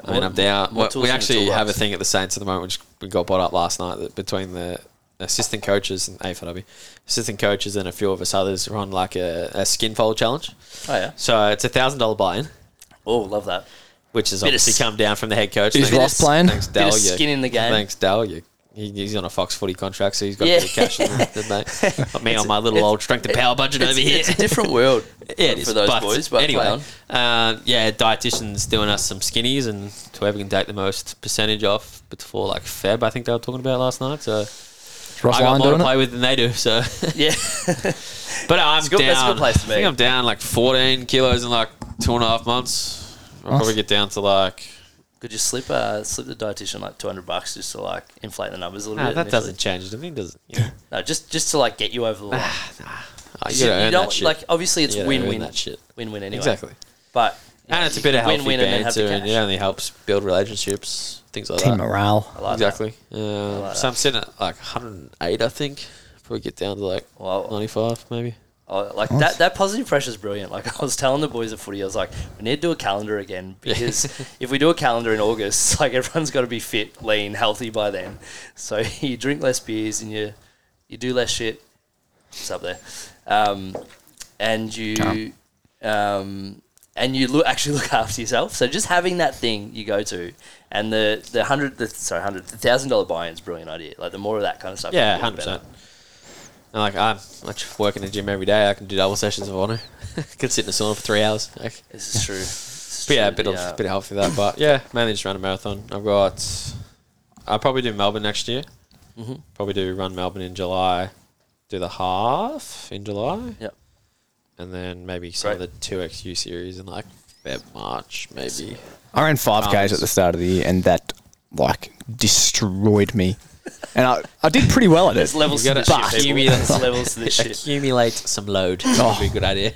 Speaker 2: I mean, I'm down.
Speaker 1: more
Speaker 2: we-
Speaker 1: tools
Speaker 2: we
Speaker 1: in the
Speaker 2: actually
Speaker 1: toolbox.
Speaker 2: have a thing at the Saints at the moment, which we got brought up last night that between the assistant coaches and AFLW, assistant coaches and a few of us others are on like a, a skin fold challenge.
Speaker 1: Oh yeah.
Speaker 2: So it's a thousand dollar buy-in,
Speaker 1: Oh, love that.
Speaker 2: which has
Speaker 1: Bit of
Speaker 2: obviously
Speaker 1: s-
Speaker 2: come down from the head coach.
Speaker 3: Is
Speaker 2: Thanks-
Speaker 3: Ross playing?
Speaker 2: Thanks, Dal.
Speaker 1: of
Speaker 2: you-
Speaker 1: skin in the game.
Speaker 2: Thanks, Dal. You. he- He's on a Fox Footy contract, so he's got
Speaker 1: Yeah.
Speaker 2: a bit of cash, in there, didn't they? Got me on my little
Speaker 1: it's-
Speaker 2: old strength and power budget
Speaker 1: It's,
Speaker 2: over here.
Speaker 1: it's a different world.
Speaker 2: Yeah, it
Speaker 1: for
Speaker 2: is.
Speaker 1: those boys, but
Speaker 2: anyway,
Speaker 1: play
Speaker 2: uh, yeah, dietitians doing us some skinnies, and whoever can take the most percentage off before like Feb, I think they were talking about last night. So
Speaker 3: Ross
Speaker 2: I got
Speaker 3: Lyon
Speaker 2: more to
Speaker 3: doing it?
Speaker 2: play with than they do. So,
Speaker 1: Yeah.
Speaker 2: but I'm
Speaker 1: good-
Speaker 2: down.
Speaker 1: that's a good place to
Speaker 2: I
Speaker 1: be.
Speaker 2: think I'm down like 14 kilos in like two and a half months. I'll probably get down to like.
Speaker 1: Could you slip uh, slip the dietitian like two hundred bucks just to like inflate the numbers a little
Speaker 2: Nah,
Speaker 1: bit?
Speaker 2: that
Speaker 1: initially?
Speaker 2: doesn't change anything, does it? You, know,
Speaker 1: No, just just to like get you over the line.
Speaker 2: Oh, you
Speaker 1: you,
Speaker 2: gotta
Speaker 1: you
Speaker 2: earn
Speaker 1: don't
Speaker 2: that shit.
Speaker 1: like. Obviously, it's
Speaker 2: You gotta earn
Speaker 1: win win
Speaker 2: that shit.
Speaker 1: Win win anyway.
Speaker 2: Exactly.
Speaker 1: But you know,
Speaker 2: And it's a
Speaker 1: you
Speaker 2: bit of healthy
Speaker 1: win-win and then have the
Speaker 2: banter, and it
Speaker 1: cash.
Speaker 2: only helps build relationships, things like
Speaker 3: Team
Speaker 2: that.
Speaker 1: I
Speaker 3: morale.
Speaker 1: like that.
Speaker 2: Exactly. Um,
Speaker 1: like
Speaker 2: so
Speaker 1: that.
Speaker 2: I'm sitting at like 108, I think. Probably get down to like
Speaker 1: Wow.
Speaker 2: 95, maybe.
Speaker 1: Oh, like that, that positive pressure is brilliant. Like I was telling the boys at footy, I was like, we need to do a calendar again because if we do a calendar in August, like everyone's got to be fit, lean, healthy by then. So you drink less beers and you you do less shit. It's up there, um, and you um, and you look actually look after yourself. So just having that thing you go to, and the the hundred the sorry hundred the thousand dollar buy in is a brilliant idea. Like the more of that kind of stuff,
Speaker 2: Yeah,
Speaker 1: you do, the
Speaker 2: 100%.
Speaker 1: better.
Speaker 2: And like, I'm I just work in the gym every day. I can do double sessions if I want to. could sit in the sauna for three hours. Like,
Speaker 1: This is true. This is
Speaker 2: but yeah, a
Speaker 1: true,
Speaker 2: bit, Of, bit of health for that. But yeah, mainly just run a marathon. I've got, I'll probably do Melbourne next year.
Speaker 1: Mm-hmm.
Speaker 2: Probably do run Melbourne in July, do the half in July,
Speaker 1: Yep.
Speaker 2: and then maybe some of
Speaker 1: Great.
Speaker 2: the 2XU series in like Feb, March, maybe.
Speaker 3: I ran 5Ks
Speaker 2: Arms.
Speaker 3: at the start of the year and that, like, destroyed me. And I, I did pretty well at it.
Speaker 1: There's levels to
Speaker 2: gotta
Speaker 1: this shit.
Speaker 2: buff.
Speaker 1: people.
Speaker 2: You mean-
Speaker 1: There's levels to this shit.
Speaker 2: Accumulate some load. That'd be a good idea.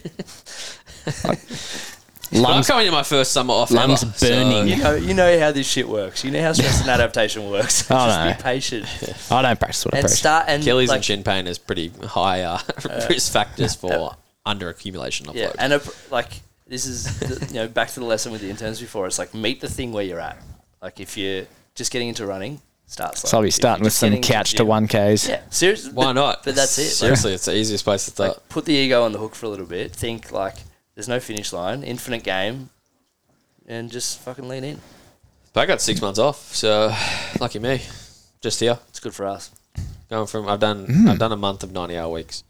Speaker 2: I'm
Speaker 3: Lungs,
Speaker 2: coming to my first summer off.
Speaker 3: lungs
Speaker 2: ever,
Speaker 3: burning.
Speaker 1: You know, you know how this shit works. You know how stress and adaptation works.
Speaker 3: Oh,
Speaker 1: Just
Speaker 3: no.
Speaker 1: be patient
Speaker 3: I don't practice what I
Speaker 1: and
Speaker 3: practice.
Speaker 1: start and
Speaker 2: Achilles
Speaker 1: like,
Speaker 2: and shin pain is pretty high uh, risk factors for under accumulation of
Speaker 1: yeah,
Speaker 2: load.
Speaker 1: and a, like This is the, you know back to the lesson with the interns before. It's like meet the thing where you're at. Like if you're just getting into running, start slow.
Speaker 3: So I'll be
Speaker 1: If you're
Speaker 3: starting with
Speaker 1: just
Speaker 3: some
Speaker 1: getting into
Speaker 3: couch
Speaker 1: the
Speaker 3: to
Speaker 1: gym-
Speaker 3: 1Ks.
Speaker 1: Yeah, seriously.
Speaker 2: Why not?
Speaker 1: But that's it. Like,
Speaker 2: Seriously, it's the easiest place to start.
Speaker 1: put the ego on the hook for a little bit. Think like there's no finish line, infinite game, and just fucking lean in.
Speaker 2: But I got six months off, so lucky me. Just here,
Speaker 1: It's good for us.
Speaker 2: going from I've done
Speaker 3: Hmm.
Speaker 2: I've done a month of ninety hour weeks.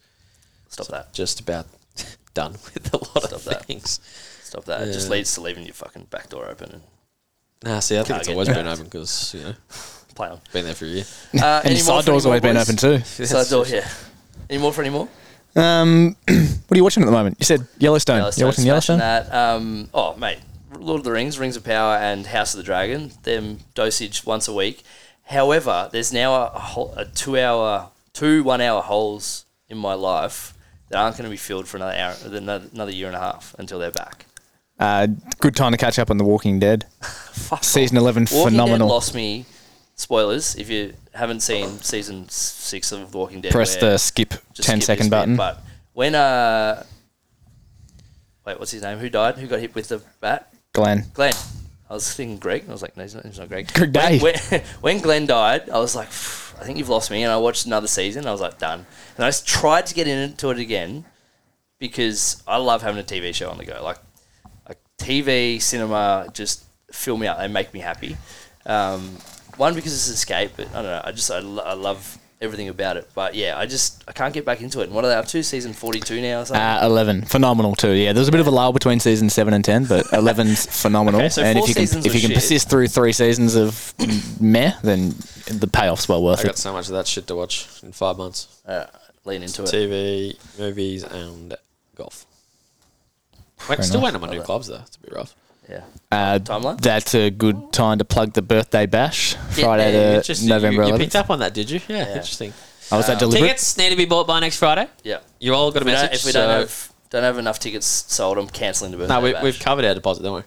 Speaker 1: Stop that.
Speaker 2: Just about done with a lot
Speaker 1: Stop
Speaker 2: of
Speaker 1: that.
Speaker 2: things.
Speaker 1: Stop that. It just
Speaker 2: Yeah.
Speaker 1: leads to leaving your fucking back door open and
Speaker 2: Nah, see, I think it's
Speaker 1: Target.
Speaker 2: always been open because you know
Speaker 1: play on.
Speaker 2: been there for a year.
Speaker 1: Uh,
Speaker 3: And
Speaker 1: any
Speaker 3: your
Speaker 1: more
Speaker 3: side
Speaker 1: for
Speaker 3: door's
Speaker 1: any
Speaker 3: always
Speaker 1: more,
Speaker 3: been
Speaker 1: boys?
Speaker 3: open too.
Speaker 1: Side door, yeah. Any more for any more?
Speaker 3: Um, what are you watching at the moment? You said Yellowstone. You're watching
Speaker 1: Uh, smashing
Speaker 3: Yellowstone?
Speaker 1: That. Um, oh, mate, Lord of the Rings, Rings of Power, and House of the Dragon. Them dosage once a week. However, there's now a, a, whole, a two-hour, two one-hour holes in my life that aren't going to be filled for another hour, another another year and a half until they're back.
Speaker 3: Uh, good time to catch up on The Walking Dead.
Speaker 1: Fuck
Speaker 3: Season 11,
Speaker 1: Walking Dead
Speaker 3: phenomenal.
Speaker 1: lost me. Spoilers, if you haven't seen season six of Walking Dead,
Speaker 3: Press
Speaker 1: where-
Speaker 3: the skip
Speaker 1: just
Speaker 3: 10
Speaker 1: skip
Speaker 3: second
Speaker 1: this bit,
Speaker 3: button.
Speaker 1: but when uh, wait, what's his name? Who died? Who got hit with the bat?
Speaker 3: Glenn.
Speaker 1: Glenn. I was thinking Greg. and I was like, no, he's not, he's not Greg.
Speaker 3: Greg
Speaker 1: When-
Speaker 3: Day.
Speaker 1: When, when Glenn died, I was like, "Phew, I think you've lost me. And I watched another season. and I was like, done. And I just tried to get into it again because I love having a TV show on the go. Like, like TV, cinema, just fill me up. They make me happy. Um, one because it's escape, but I don't know. I just I, lo- I love everything about it. But yeah, I just I can't get back into it. And what are they up to? Season forty two now or something.
Speaker 3: Uh, 11, phenomenal too. Yeah, there's a bit of a lull between season 7 and 10, but 11's phenomenal.
Speaker 1: Okay, so
Speaker 3: and
Speaker 1: four
Speaker 3: if you can
Speaker 1: seasons
Speaker 3: if you
Speaker 1: were
Speaker 3: can
Speaker 1: shit.
Speaker 3: persist through 3 seasons of meh, then the payoff's well worth
Speaker 2: I
Speaker 3: it.
Speaker 2: got so much of that shit to watch in five months.
Speaker 1: Uh, lean into it.
Speaker 2: TV, movies, and golf. Wait,
Speaker 3: Fair
Speaker 2: still
Speaker 3: enough.
Speaker 2: waiting on my new clubs though. It's a bit rough.
Speaker 1: Yeah.
Speaker 3: Uh,
Speaker 1: Timeline?
Speaker 3: That's a good time to plug the birthday bash Friday
Speaker 1: yeah,
Speaker 3: to Uh, November
Speaker 2: You,
Speaker 3: 11th.
Speaker 2: picked up on that, did you? Yeah, interesting.
Speaker 3: I
Speaker 1: uh,
Speaker 3: was that deliberate.
Speaker 2: Tickets need to be bought by next Friday.
Speaker 1: Yeah.
Speaker 2: You all got a
Speaker 1: We don't-
Speaker 2: message.
Speaker 1: if we
Speaker 2: so-
Speaker 1: don't have don't have enough tickets sold, I'm cancelling the birthday.
Speaker 2: no, we,
Speaker 1: bash.
Speaker 2: we've covered our deposit, don't we?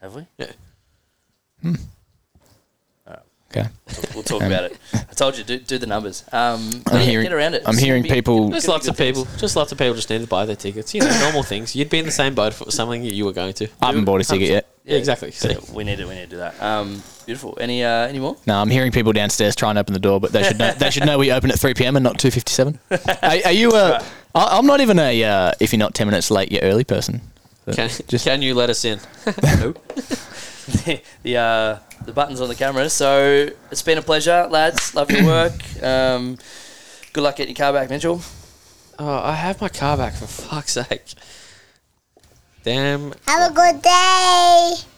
Speaker 1: have we?
Speaker 2: Yeah.
Speaker 3: Okay.
Speaker 1: We'll talk about it. I told you, do, do the numbers. Um, but yeah,
Speaker 3: hearing-
Speaker 1: get around it.
Speaker 3: I'm
Speaker 1: It's
Speaker 3: hearing
Speaker 1: gonna be-
Speaker 3: people-
Speaker 1: it's
Speaker 2: Just
Speaker 1: gonna
Speaker 2: lots
Speaker 1: be
Speaker 2: of
Speaker 1: good
Speaker 2: people.
Speaker 1: things.
Speaker 2: Just lots of people just need to buy their tickets. You know, normal things. You'd be in the same boat if it was something that you were going to.
Speaker 3: I haven't bought a ticket yet.
Speaker 2: Yeah, exactly.
Speaker 1: So we need to we need to do that. Um, beautiful. Any uh, any more?
Speaker 3: No, I'm hearing people downstairs trying to open the door, but they should know, they should know we open at 3 p.m. and not 2:57. are, are you a? I, I'm not even a. Uh, if you're not 10 minutes late, you're early person. But
Speaker 2: Can,
Speaker 3: just
Speaker 2: can you let us in?
Speaker 1: the uh, the buttons on the camera. So it's been a pleasure, lads. Love your work. Um, good luck getting your car back, Mitchell.
Speaker 2: Oh, I have my car back for fuck's sake. Damn.
Speaker 6: Have a good day.